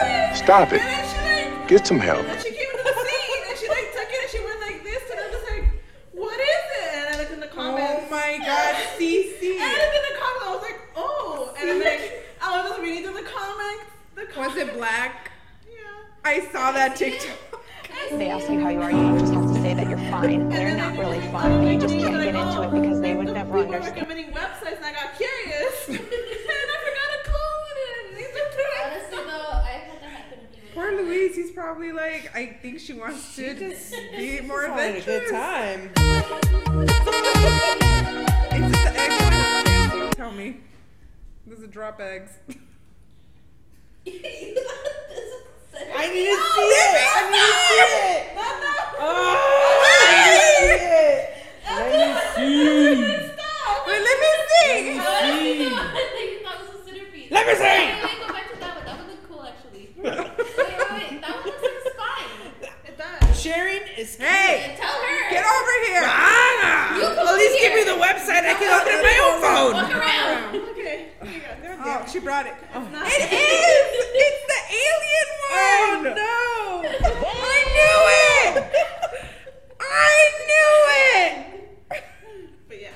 podcast. Stop And then she like, Get some help. and she came into the scene and she like took it and she went like this and I was like, what is it? And I looked in the comments. Oh my God, Cece. And I looked in the comments. I was like, oh. And I'm like, I was just reading through the comments. The Was comments. it black? Yeah. I saw that TikTok. They ask you how you are, you just have to say that you're fine. They're And not then really they fine. You like, just oh, can't get like, into oh, it because they would the never people were understand. recommending websites, and I got curious, and I forgot to close it. These are correct. Honestly, though, I've had that happen to me. Poor Louise, he's probably like, I think she wants to be more Having a adventurous. good time. Is it the egg one? Tell me. Does it drop eggs? I need to see it. I need to see it. Wait, let me see! Let me see. Wait, wait, go back to that one. That one looked cool, actually. Wait, wait, wait. That one looks fine. It does. Sharon is. Hey! Tell her. Get over here! You come At least give here. me the website. I can open it on my own Walk phone. around. Okay, here you go. They're Oh, she brought it. not- It is! It's the alien one! Oh no! I knew it! I knew But yeah,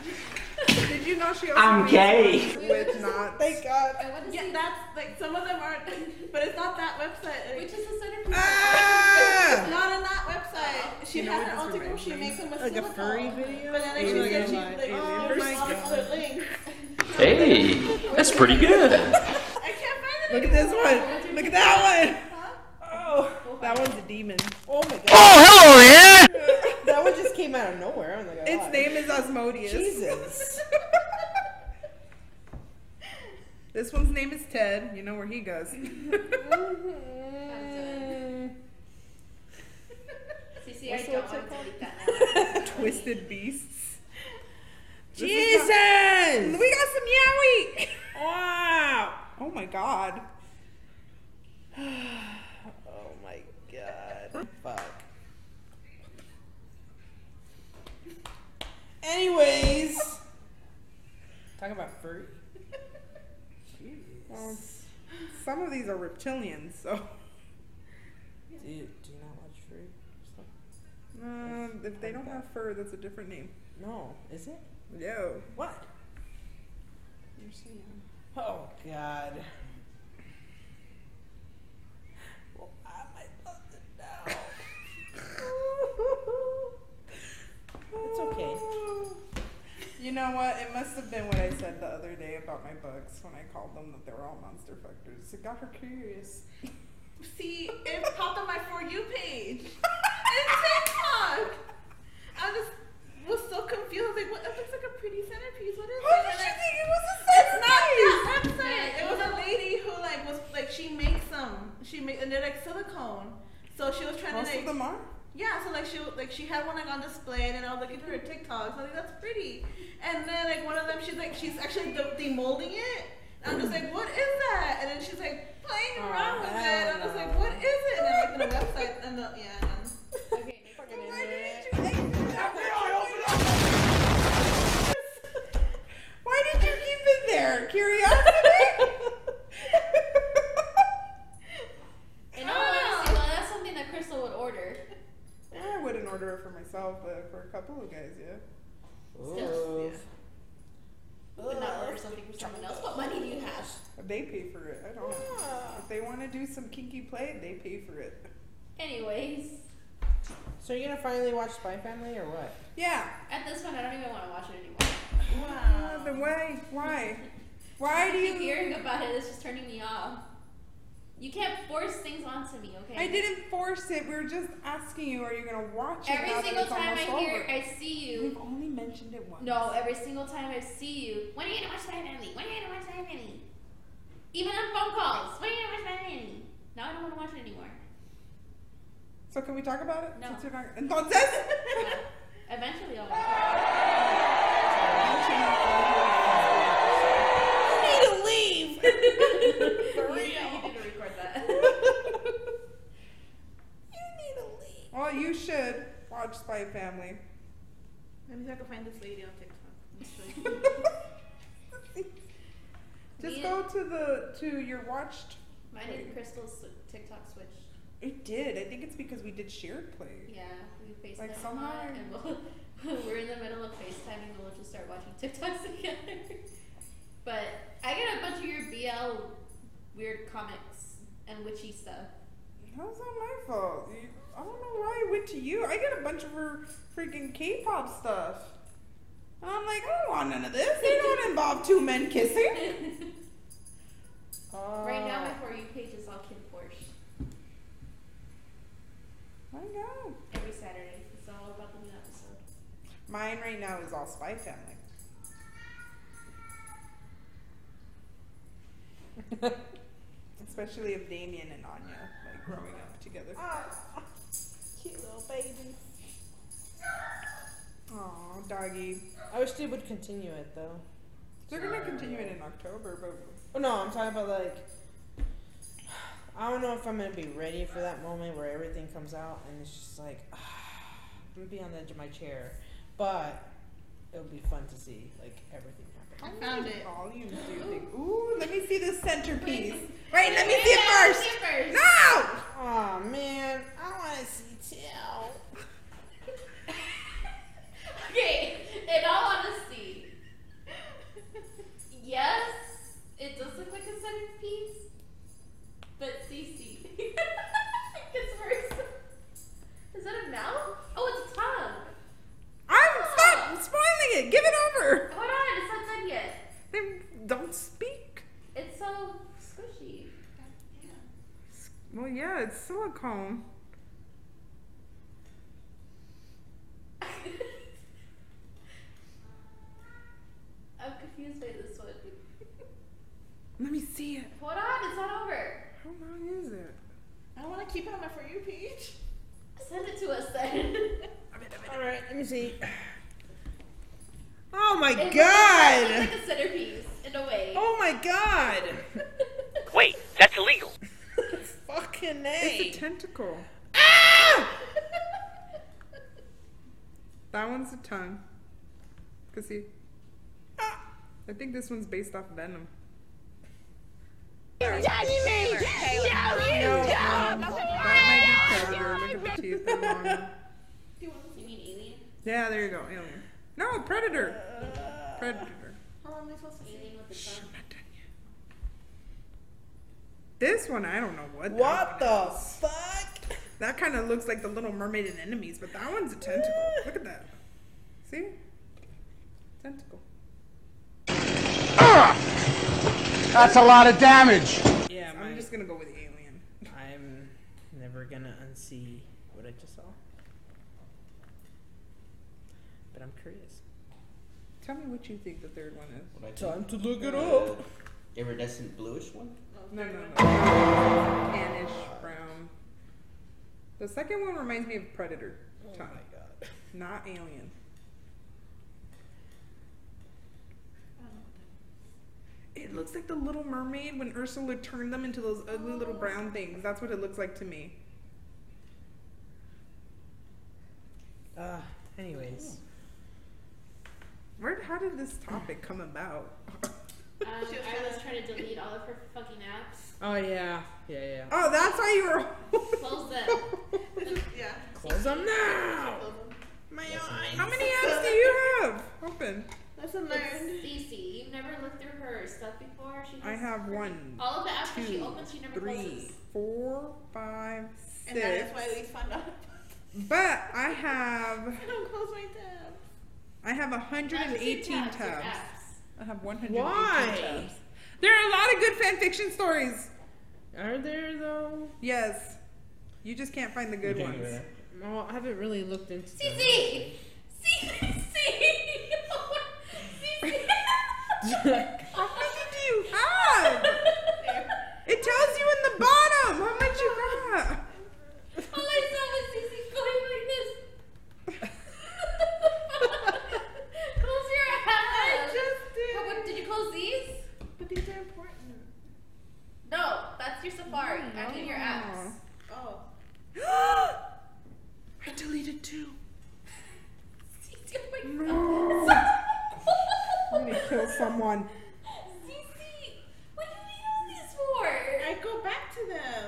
it! Did you know she also I'm gay! With not. Thank God. I want to yeah, see that's like some of them aren't, but it's not that website. which Like, is the centerpiece. Ah. it's not on that website. She has her own thing. She makes them with Like a silicone. furry video? But then like, she said she like Oh there's my all these other links. Hey, that's pretty good. I can't find it. Look at this one. Look at that Huh? one. Oh, That one's a demon. oh my god. Oh, hello there! That one just came out of nowhere. I'm like, Its name is Osmodius. Jesus. This one's name is Ted. You know where he goes. Mm-hmm. CC, I don't want to delete that now. Twisted beasts. Jesus. We got some yaoi. Wow. Oh my god. Oh my god. Fuck. Anyways. Talk about fruit. Well, some of these are reptilians, so Do you, do you not watch fruit? It's like- um, if they don't have fur, that's a different name. No, is it? Yo. What? You're so young. Oh god. Well, I might love it now. It's okay. You know what? It must have been what I said the other day about my books when I called them that they were all monster fuckers. It got her curious. See, it popped on my For You page. And TikTok. I just was so confused. Like, what? It looks like a pretty centerpiece. What is Why it? did And you I- think it was a centerpiece? It's not that website. Yeah, It was you a know. lady who like was like she makes them. She make and they're like silicone. So she was trying Most of to like them are. yeah. So like she like she had one like on display and then I was looking through her TikToks. I was like that's pretty. And then like one of them she's like she's actually de- demolding it. And I'm just like what is that? And then she's like playing around with it. And I was like what is it? And I looked at the website and the yeah. Okay, next In all honesty, well, that's something that Crystal would order. I wouldn't order it for myself, but for a couple of guys, yeah. Still, would not order something from someone else. What money do you have? They pay for it. I don't. If they want to do some kinky play, they pay for it. Anyways, So you're gonna finally watch Spy Family or what? Yeah. at this point, I don't even want to watch it anymore. Wow. The way. Why? Why do I keep you? hearing about it. It's just turning me off. You can't force things onto me, okay? I didn't force it. We were just asking you, are you gonna watch it? Every now that single it's time I almost hear, over? I see We've you. only mentioned it once. No, every single time I see you. When are you gonna watch My Family? When are you gonna watch My Family? Even on phone calls. When are you gonna watch My Family? Now I don't want to watch it anymore. So can we talk about it? No. Since you're not- Entonces. But eventually, I'll. watch it. For real. You need to record that. well, you should watch Spy Family. Let me see if I can find this lady on TikTok. Just Me go to the to your watched. Mine and Crystal's TikTok switch. It did. I think it's because we did shared play. Yeah, we FaceTime Like like somehow- and we'll, we're in the middle of FaceTime and we'll just start watching TikToks together. but I got a bunch of your BL weird comics and witchy stuff. That was not my fault. You- I don't know why I went to you. I got a bunch of her freaking K-pop stuff. And I'm like, I don't want none of this. They don't involve two men kissing. right now, my Oh. For You page is all Kim Porsche My God. every Saturday. It's all about the new episode. Mine right now is all Spy Family. Especially of Damien and Anya, like growing up together. Cute little baby. Oh, doggy. I wish they would continue it though. They're gonna continue it in October, but Oh no, I'm talking about like. I don't know if I'm gonna be ready for that moment where everything comes out and it's just like, I'm gonna be on the edge of my chair, but it'll be fun to see like everything happen. I found it. volumes do you think? Ooh, let me see this centerpiece. Wait. Wait, let me see it Yeah, first. see it first. No! Aw man, I want to see too. okay, in all honesty, yes, it does look like a centerpiece, but CC. it gets worse. Is that a mouth? Oh, it's a tongue. I'm stop spoiling it. Give it over. Hold on, it's not done yet. Then don't speak. It's so squishy. Well, yeah, it's silicone. I'm confused by this one. Let me see it. Hold on, it's not over. How long is it? I want to keep it on my For You page. Send it to us then. All right, let me see. Oh my It looks like- it god! looks like a centerpiece in a way. Oh my god! Wait. Fucking It's a A. tentacle. That one's a tongue. Cause see, Ah! I think this one's based off Venom. That might be Taylor. Look at the teeth. they're long. you mean alien? Yeah, there you go. Alien. No, Predator. Predator. How long am I supposed to see? Alien with the tongue. Not done yet. This one, I don't know what. that What one the is. fuck? That kind of looks like the Little Mermaid and Enemies, but that one's a tentacle. Look at that. See? Tentacle. That's a lot of damage. Yeah, my, I'm just gonna go with Alien. I'm never gonna unsee what I just saw. But I'm curious. Tell me what you think the third one is. What I think. Time to look it Uh, up. iridescent bluish one? Oh, No, no, no. Tannish brown. The second one reminds me of Predator. Oh Tom, my god. Not Alien. It looks like the Little Mermaid when Ursula turned them into those ugly little brown things. That's what it looks like to me. Uh, anyways, Where? How did this topic come about? Um, I was trying to delete all of her fucking apps. Oh yeah, yeah, yeah. Oh, that's why you were. Close them. yeah. Close them now. My eyes. Oh. How many apps do you have open? That's a nerd. It's Cece. You've never looked through her stuff before. She I has have one, all of the apps that she two, opens. She never three, closes. four, five, And that is six. why we found out. But I have I don't close my tab. I have Not just 118 tabs, tabs. but apps. I have 118 Why? tabs. There are a lot of good fan fiction stories. Are there though? Yes. You just can't find the good ones. Well, I haven't really looked into. them. Cece. Cece. Cece. How many do you have? It tells you in the bottom how much you got. All I saw was Cece going like this. close your eyes. I just did. But what- did you close these? But these are important. No, that's your Safari. I mean your apps. Oh. I deleted two. Cece, oh my No. I'm God. gonna kill someone. Cece, what do you need all these for? I go back to them.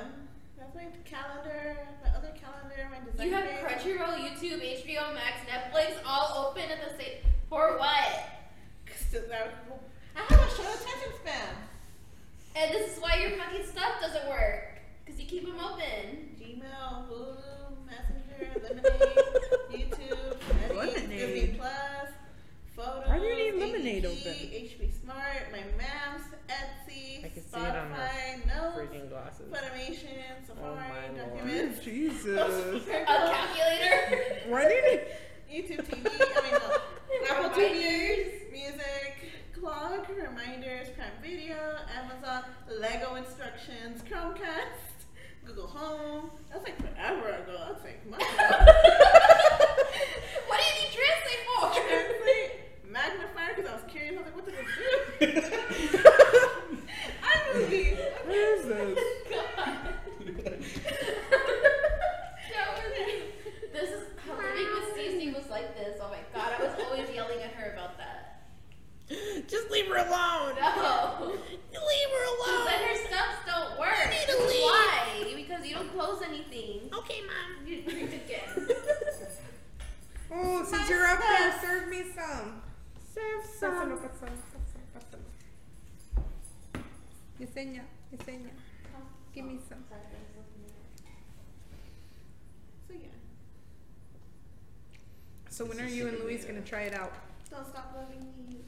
That's my calendar, my other calendar, my design. You have page. Crunchyroll, YouTube, HBO Max, Netflix all open at the same. For what? 'Cause they're- I have a short attention span. And this is why your fucking stuff doesn't work. Because you keep them open. Gmail, Hulu, Messenger, Lemonade, YouTube, Reddit, Disney Lemonade? Plus, photos. Why do you need Lemonade ADP, open? HB Smart, my maps, Etsy, I can see it on her Spotify, Notes, Freaking glasses. Funimation, Safari, my lord. Documents, Jesus. A calculator. Why did YouTube TV, I mean, no, Apple TV, music, clock, reminders, Prime Video, Amazon, Lego instructions, Chromecast, Google Home. That's like forever ago. That's like months ago. what do you need translate for? Honestly, magnifier because I was curious. I was like, what does it do? I it? was Jesus. Oh, God. That was- this is how living with Cece was like this. Oh my god, I was always yelling at her about that. Just leave her alone. No. Leave her She said alone. her stuffs don't work. You need to leave. Why? Because you don't close anything. Okay, mom. You drink again. Oh, since you're up there, serve me some. Serve some. Yesenia, Yesenia, give me some. So yeah, So when are you and Louise gonna try it out? don't stop loving me.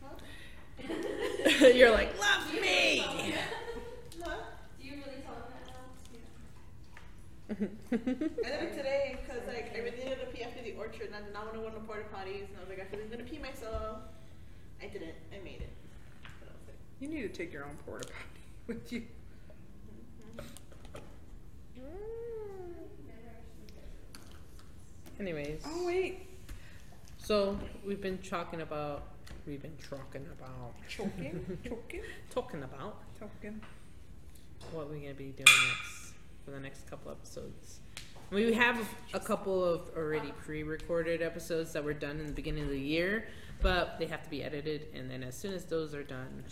Huh? You're like love me. Huh? Do you really tell them that now? I did it today because like I really needed to pee after the orchard and I did not want to go to the porta potties and I was like, I feel like I'm gonna pee myself. I didn't. I made it. But I was like, You need to take your own porta potty with you. Anyways, Oh wait, so we've been talking about, we've been talking about, choking, choking, talking about choking. what we're gonna be doing next for the next couple episodes. We have a couple of already pre-recorded episodes that were done in the beginning of the year, but they have to be edited, and then as soon as those are done,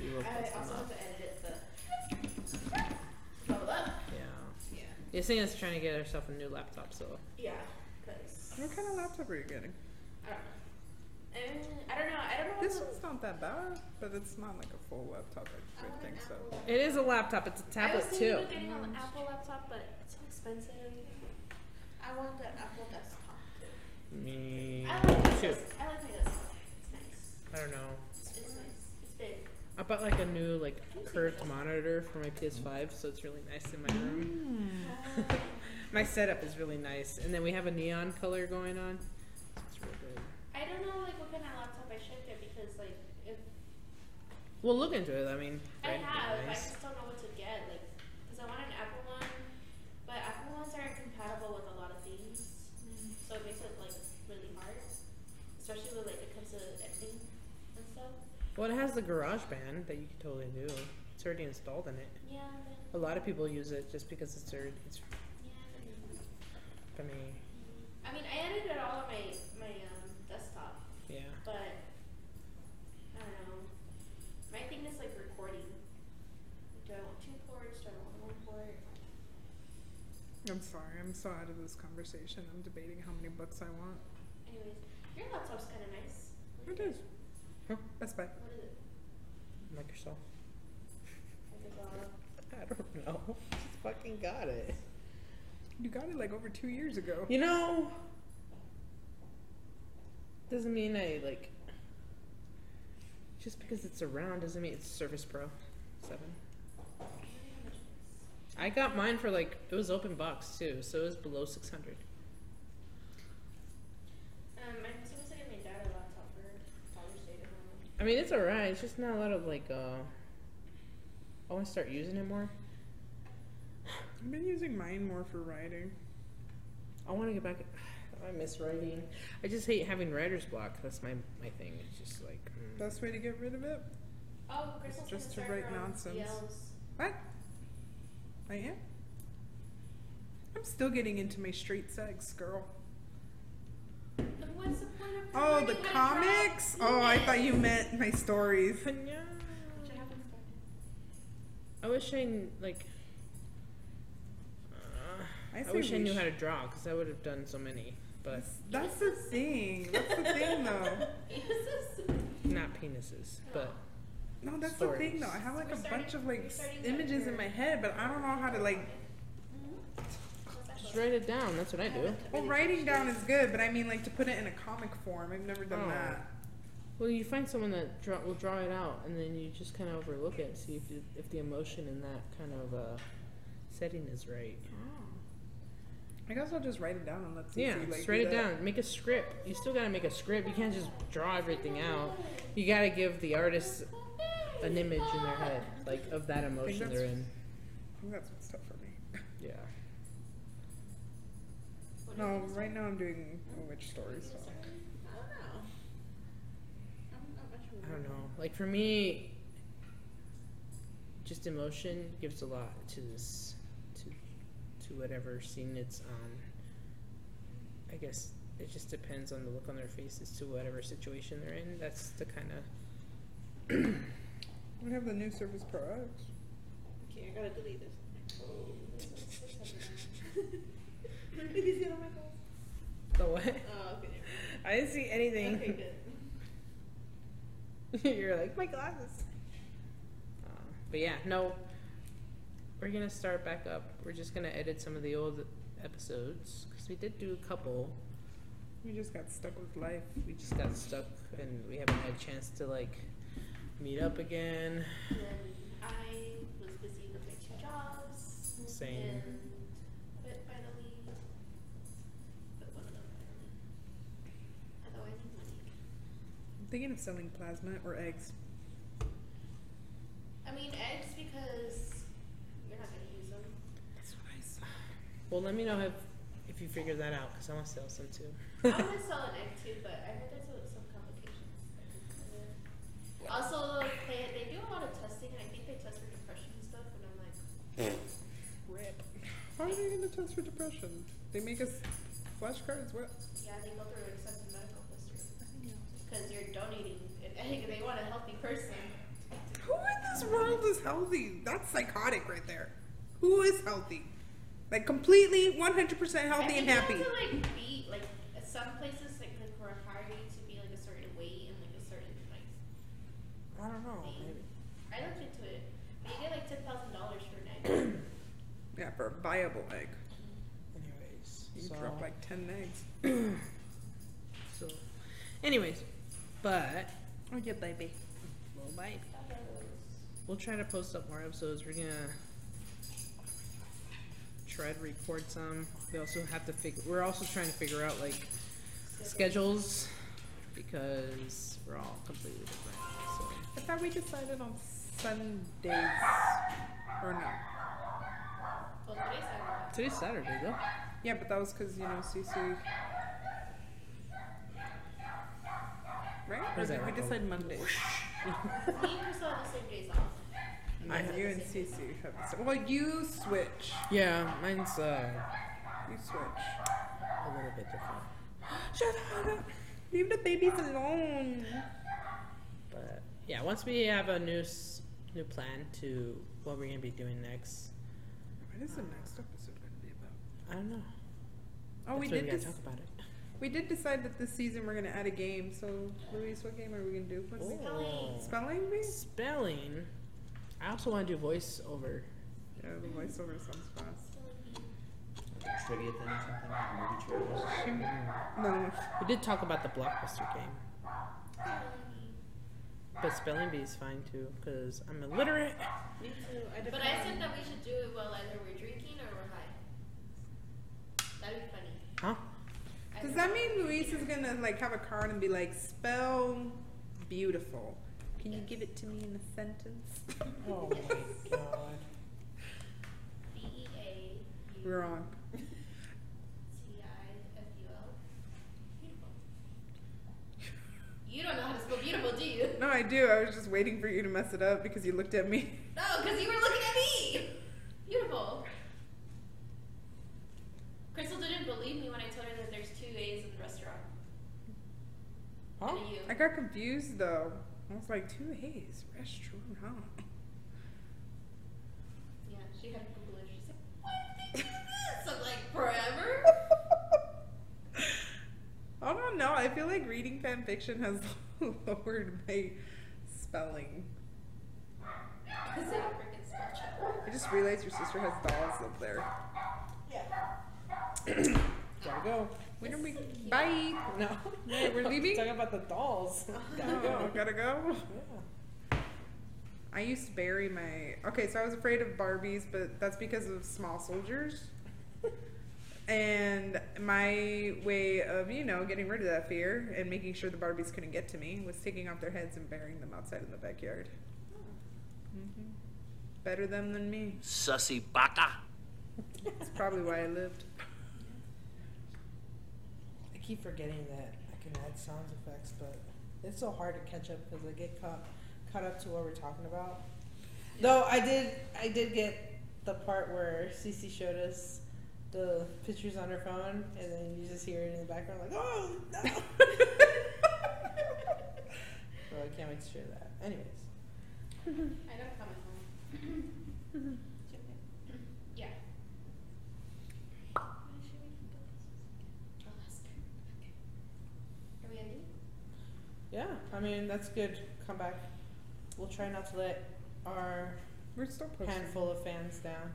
we will I post them also have up. to edit it, so. Level up? Yeah, Yeah. Yesenia's trying to get herself a new laptop, so Yeah, because. What kind of laptop are you getting? I don't know. Uh, I don't know. I don't know. what This the- one's not that bad, but it's not like a full laptop. I I don't want an think so. Apple it is a laptop. It's a I was tablet thinking too. of getting an Apple laptop, but it's so expensive. I want the Apple desktop. Mm, Me I like my too. desktop. I like my desktop. It's nice. I don't know. It's nice. It's big. I bought like a new like curved monitor for my PS5, so it's really nice in my room. my setup is really nice, and then we have a neon color going on. It's real good. I don't know like what kind of laptop I should get because like if We'll look into it. I mean, I red would be have, I nice. just don't know what to get like because I want an Apple one, but Apple ones aren't compatible with a lot of things, so it makes it like really hard, especially when like it comes to editing and stuff. Well, it has the Garage Band that you could totally do. It's already installed in it. Yeah, but, A lot of people use it just because it's already. It's yeah. But, mm. for me. I mean, I edited all of my my um, desktop, Yeah. but I don't know. My so out of this conversation. I'm debating how many books I want. Anyways, your laptop's kind of nice. It is. Huh. Best Buy. What is it? Microsoft. Like a dollar. I don't know. Just fucking got it. You got it like over two years ago. You know, doesn't mean I like. Just because it's around doesn't mean it's Service Pro Seven. I got mine for like it was open box too, so it was below six hundred. Um, I'm supposed to get my dad a laptop for Father's Day tomorrow. I mean, it's alright. It's just not a lot of like. uh I want to start using it more. I've been using mine more for writing. I want to get back. I miss writing. I just hate having writer's block. That's my my thing. It's just like. mm. Best way to get rid of it? Oh, Crystal's just to gonna start write her own nonsense. BLs. What? I am. I'm still getting into my straight sex, girl. Then what's the point of Oh, the learning how to draw? comics? Oh, I thought you Yes. meant my stories. Yeah. Which I haven't started. I wish I kn- like. Uh, I I, say wish I we knew sh- how to draw because I would have done so many, but That's the thing. That's the thing, though. not penises. But No, that's the thing, though. I have like We're a starting- bunch of we're like s- starting with images your- in my head, but I don't know how to like. just write it down. That's what I do. Well, writing down is good, but I mean like to put it in a comic form. I've never done Oh. that. Well, you find someone that draw, will draw it out, and then you just kind of overlook it, see if you, if the emotion in that kind of uh, setting is right. I guess I'll just write it down and let's Yeah, like, just do write it that. down. Make a script. You still gotta make a script. You can't just draw everything out. You gotta give the artist an image in their head, like of that emotion that's- they're in. I think that's what's tough for me. Yeah. No, right now I'm doing a witch story, so. I don't know. I'm not much of a I don't writer. know. Like for me, just emotion gives a lot to this, to, to whatever scene it's on. I guess it just depends on the look on their faces to whatever situation they're in. That's the kind of. We have the new Surface Pro X. Okay, I gotta delete this. Did you see it on my phone? The Oh, what? okay. never mind. I didn't see anything. Okay, good. You're like my glasses. Uh, but yeah, no. We're gonna start back up. We're just gonna edit some of the old episodes because we did do a couple. We just got stuck with life. We just got stuck and we haven't had a chance to like meet up again. I was busy with my two jobs. Same. And quit finally. Quit one of them finally. Although I need money. I'm thinking of selling plasma or eggs. I mean, eggs because you're not gonna use them. That's what I saw. Well, let me know if if you figure that out because I want to sell some I too. want to sell an egg too, but I heard there's a- some complications. that could come in. Also, they, they do a lot of testing, and I think they test for depression and stuff, and I'm like, Rip. How are they gonna test for depression? They make us flashcards? What? yeah, they go through an extensive medical history. Because you're donating an egg, and they want a healthy person. Who in this world is healthy? That's psychotic right there. Who is healthy? Like completely 100% I healthy think and you happy. have to like be like at some places like like require you to be like a certain weight and like a certain like I don't know. thing. Maybe. I looked into it. But you get like ten thousand dollars for an egg. Yeah, for a viable egg. anyways, You so, drop like 10 eggs. so, anyways, but Oh, yeah, baby. little bite. We'll try to post up more episodes. We're gonna try to record some. We also have to figure. We're also trying to figure out like schedules because we're all completely different. So I thought we decided on Sundays. Or no. well, today's Saturday. today's Saturday though. Yeah, but that was because, you know, Cece. Right? Or Is that did we right? decide Mondays? Me and Crystal have the same days off. I you and Cece have the same. Well, you switch. Yeah, mine's uh, You switch. a little bit different, Shut up. Leave the babies alone. but yeah. Once we have a new s- new plan to what we're gonna be doing next, What is the next episode going to be about? I don't know. Oh, we That's why did gotta dis- talk about it. We did decide that this season we're gonna add a game. So, Luis, what game are we gonna do? What's Ooh. spelling bee? Spelling. I also want to do voiceover. Yeah, the voiceover sounds fast. Like a trivia thing, something? Movie trivia? No, We did talk about the blockbuster game, but spelling bee is fine too because I'm illiterate. Me too. I But I said that we should do it while either we're drinking or we're high. That'd be funny. Huh? I Does think- that mean Luis is gonna like have a card and be like, spell beautiful? Can you give it to me in a sentence? Oh my god. B E A U Wrong. T I F U L. Beautiful. You don't know how to spell beautiful, do you? No, I do. I was just waiting for you to mess it up because you looked at me. No, because you were looking at me. Beautiful. Crystal didn't believe me when I told her that there's two A's in the restaurant. Huh? And a U. I got confused though. I was like, two A's, restaurant. Yeah, she had Google it. She's like, why did they do this? I'm like, forever? I don't know. I feel like reading fan fiction has lowered my spelling. Because they don't freaking spell check. I just realized your sister has dolls up there. Gotta go. When are we? Bye. No. No, we're leaving? Talking about the dolls. Oh, gotta go. Yeah. I used to bury my. Okay, so I was afraid of Barbies, but that's because of small soldiers. and my way of, you know, getting rid of that fear and making sure the Barbies couldn't get to me was taking off their heads and burying them outside in the backyard. hmm Better them than me. Sussy baka. That's probably why I lived. I keep forgetting that I can add sound effects, but it's so hard to catch up because I get caught caught up to what we're talking about. Though I did, I did get the part where Cece showed us the pictures on her phone, and then you just hear it in the background, like, oh no! so I can't wait to share that. Anyways, I don't come at home. Mm-hmm. yeah. Why should we go this way? Oh, that's good. Okay. Are we ending? yeah, I mean that's good. Come back. We'll try not to let our We're still posting. handful of fans down.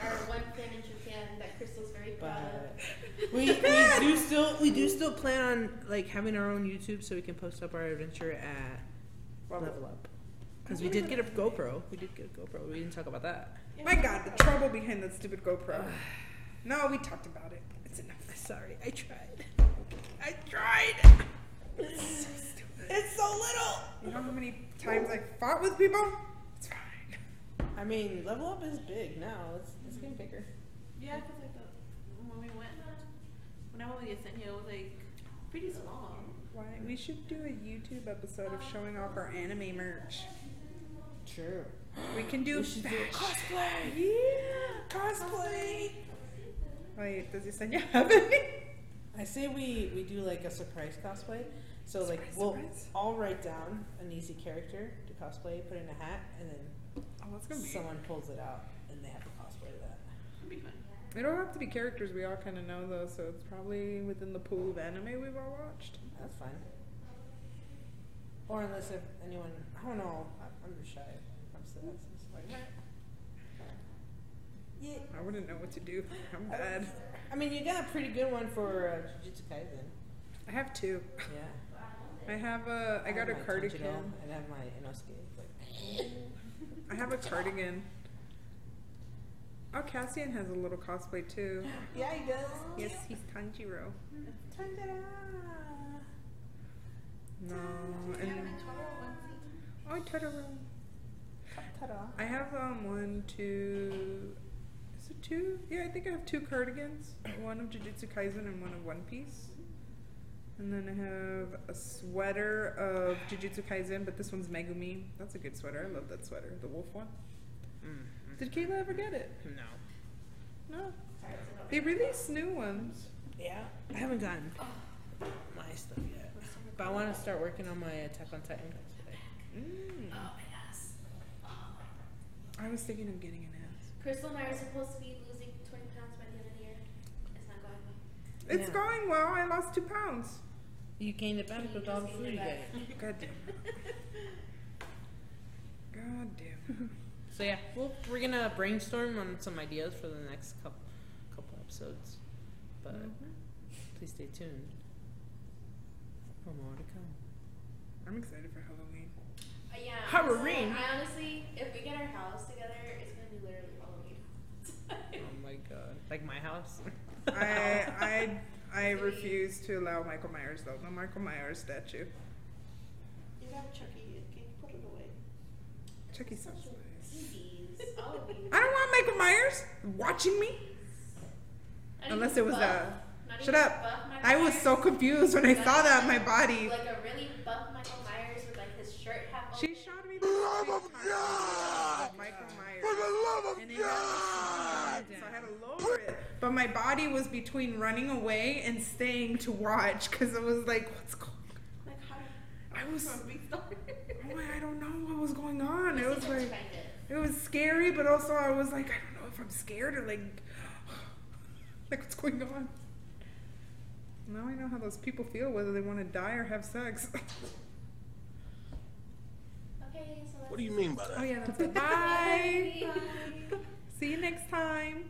Our one fan in Japan that Crystal's very proud But of. we, we do still we do still plan on like having our own YouTube so we can post up our adventure at Level Up. Because we did get a GoPro. We did get a GoPro. We didn't talk about that. My god, the trouble behind that stupid GoPro. no, we talked about it. It's enough. Sorry, I tried. I tried. It's so little. You know how many times I fought with people? It's fine. I mean, Level Up is big now. It's, it's getting bigger. Yeah, because like the when we went, whenever we get sent here, it was like pretty small. Why? We should do a YouTube episode of showing off our anime merch. True. We can do, Cosplay. Yeah, cosplay. Wait, does your son have any? Oh, I say we we do like a surprise cosplay. So like Surprise, we'll surprise. all write down an easy character to cosplay, put in a hat, and then Oh, that's gonna be. someone pulls it out and they have to cosplay that. It'd be fun. They don't have to be characters we all kind of know though, so it's probably within the pool of anime we've all watched. That's fine. Or unless if anyone, I don't know, I- I'm just shy. I'm so, I'm so like, meh. yeah. I wouldn't know what to do. I'm I don't- bad. I mean, you got a pretty good one for uh, Jujutsu Kaisen. I have two. Yeah. I have a. I got a have my Tanjiro cardigan. And I have my Inosuke. It's Like, I have a cardigan. Oh, Cassian has a little cosplay too. yeah, he does. Yes, he's Tanjiro. Tanjiro. No, and oh, Totoro. Ta-da. I have um one, two. Is it two? Yeah, I think I have two cardigans. One of Jujutsu Kaisen and one of One Piece. And then I have a sweater of Jujutsu Kaisen, but this one's Megumi. That's a good sweater. I love that sweater. The wolf one. Did Kayla ever get it? No. No. They released new ones. Yeah, I haven't gotten my stuff yet, but I want to start working on my Attack on Titan cosplay. Mm. Oh my ass. I was thinking of getting an ass. Crystal and I are supposed to be losing 20 pounds by the end of the year. It's not going well. It's Yeah. going well. I lost two pounds. You gained it back, but all before you got it. God damn. it. God damn. it. So yeah, well, we're gonna brainstorm on some ideas for the next couple couple episodes, but please stay tuned for more to come. I'm excited for Halloween. Uh, yeah. Halloween. So I honestly, if we get our house together, it's gonna be literally Halloween. Oh my god, like my house. I I I refuse to allow Michael Myers though. No Michael Myers statue. You have Chucky. Can you put it away? Chucky sounds E. nice. Please, all Oh. of you. I don't want Michael Myers watching me. Not Unless even it was buff. a- Not Shut even up. buff Michael I was Myers. so confused when I saw that on my body. Like a really buff Michael Myers with like his shirt half open. She shot me. For the love of God! Michael Myers. For the love of God! So I had to lower it, but my body was between running away and staying to watch because it was like, what's going? Like how? I was. From Big Thunder. Oh my, I don't know what was going on. It He's was like like, trying to- it was scary, but also I was like, I don't know if I'm scared or like, like what's going on. Now I know how those people feel, whether they want to die or have sex. Okay, so What do you mean by oh that? yeah, that's Oh, it. Bye. Bye. See you next time.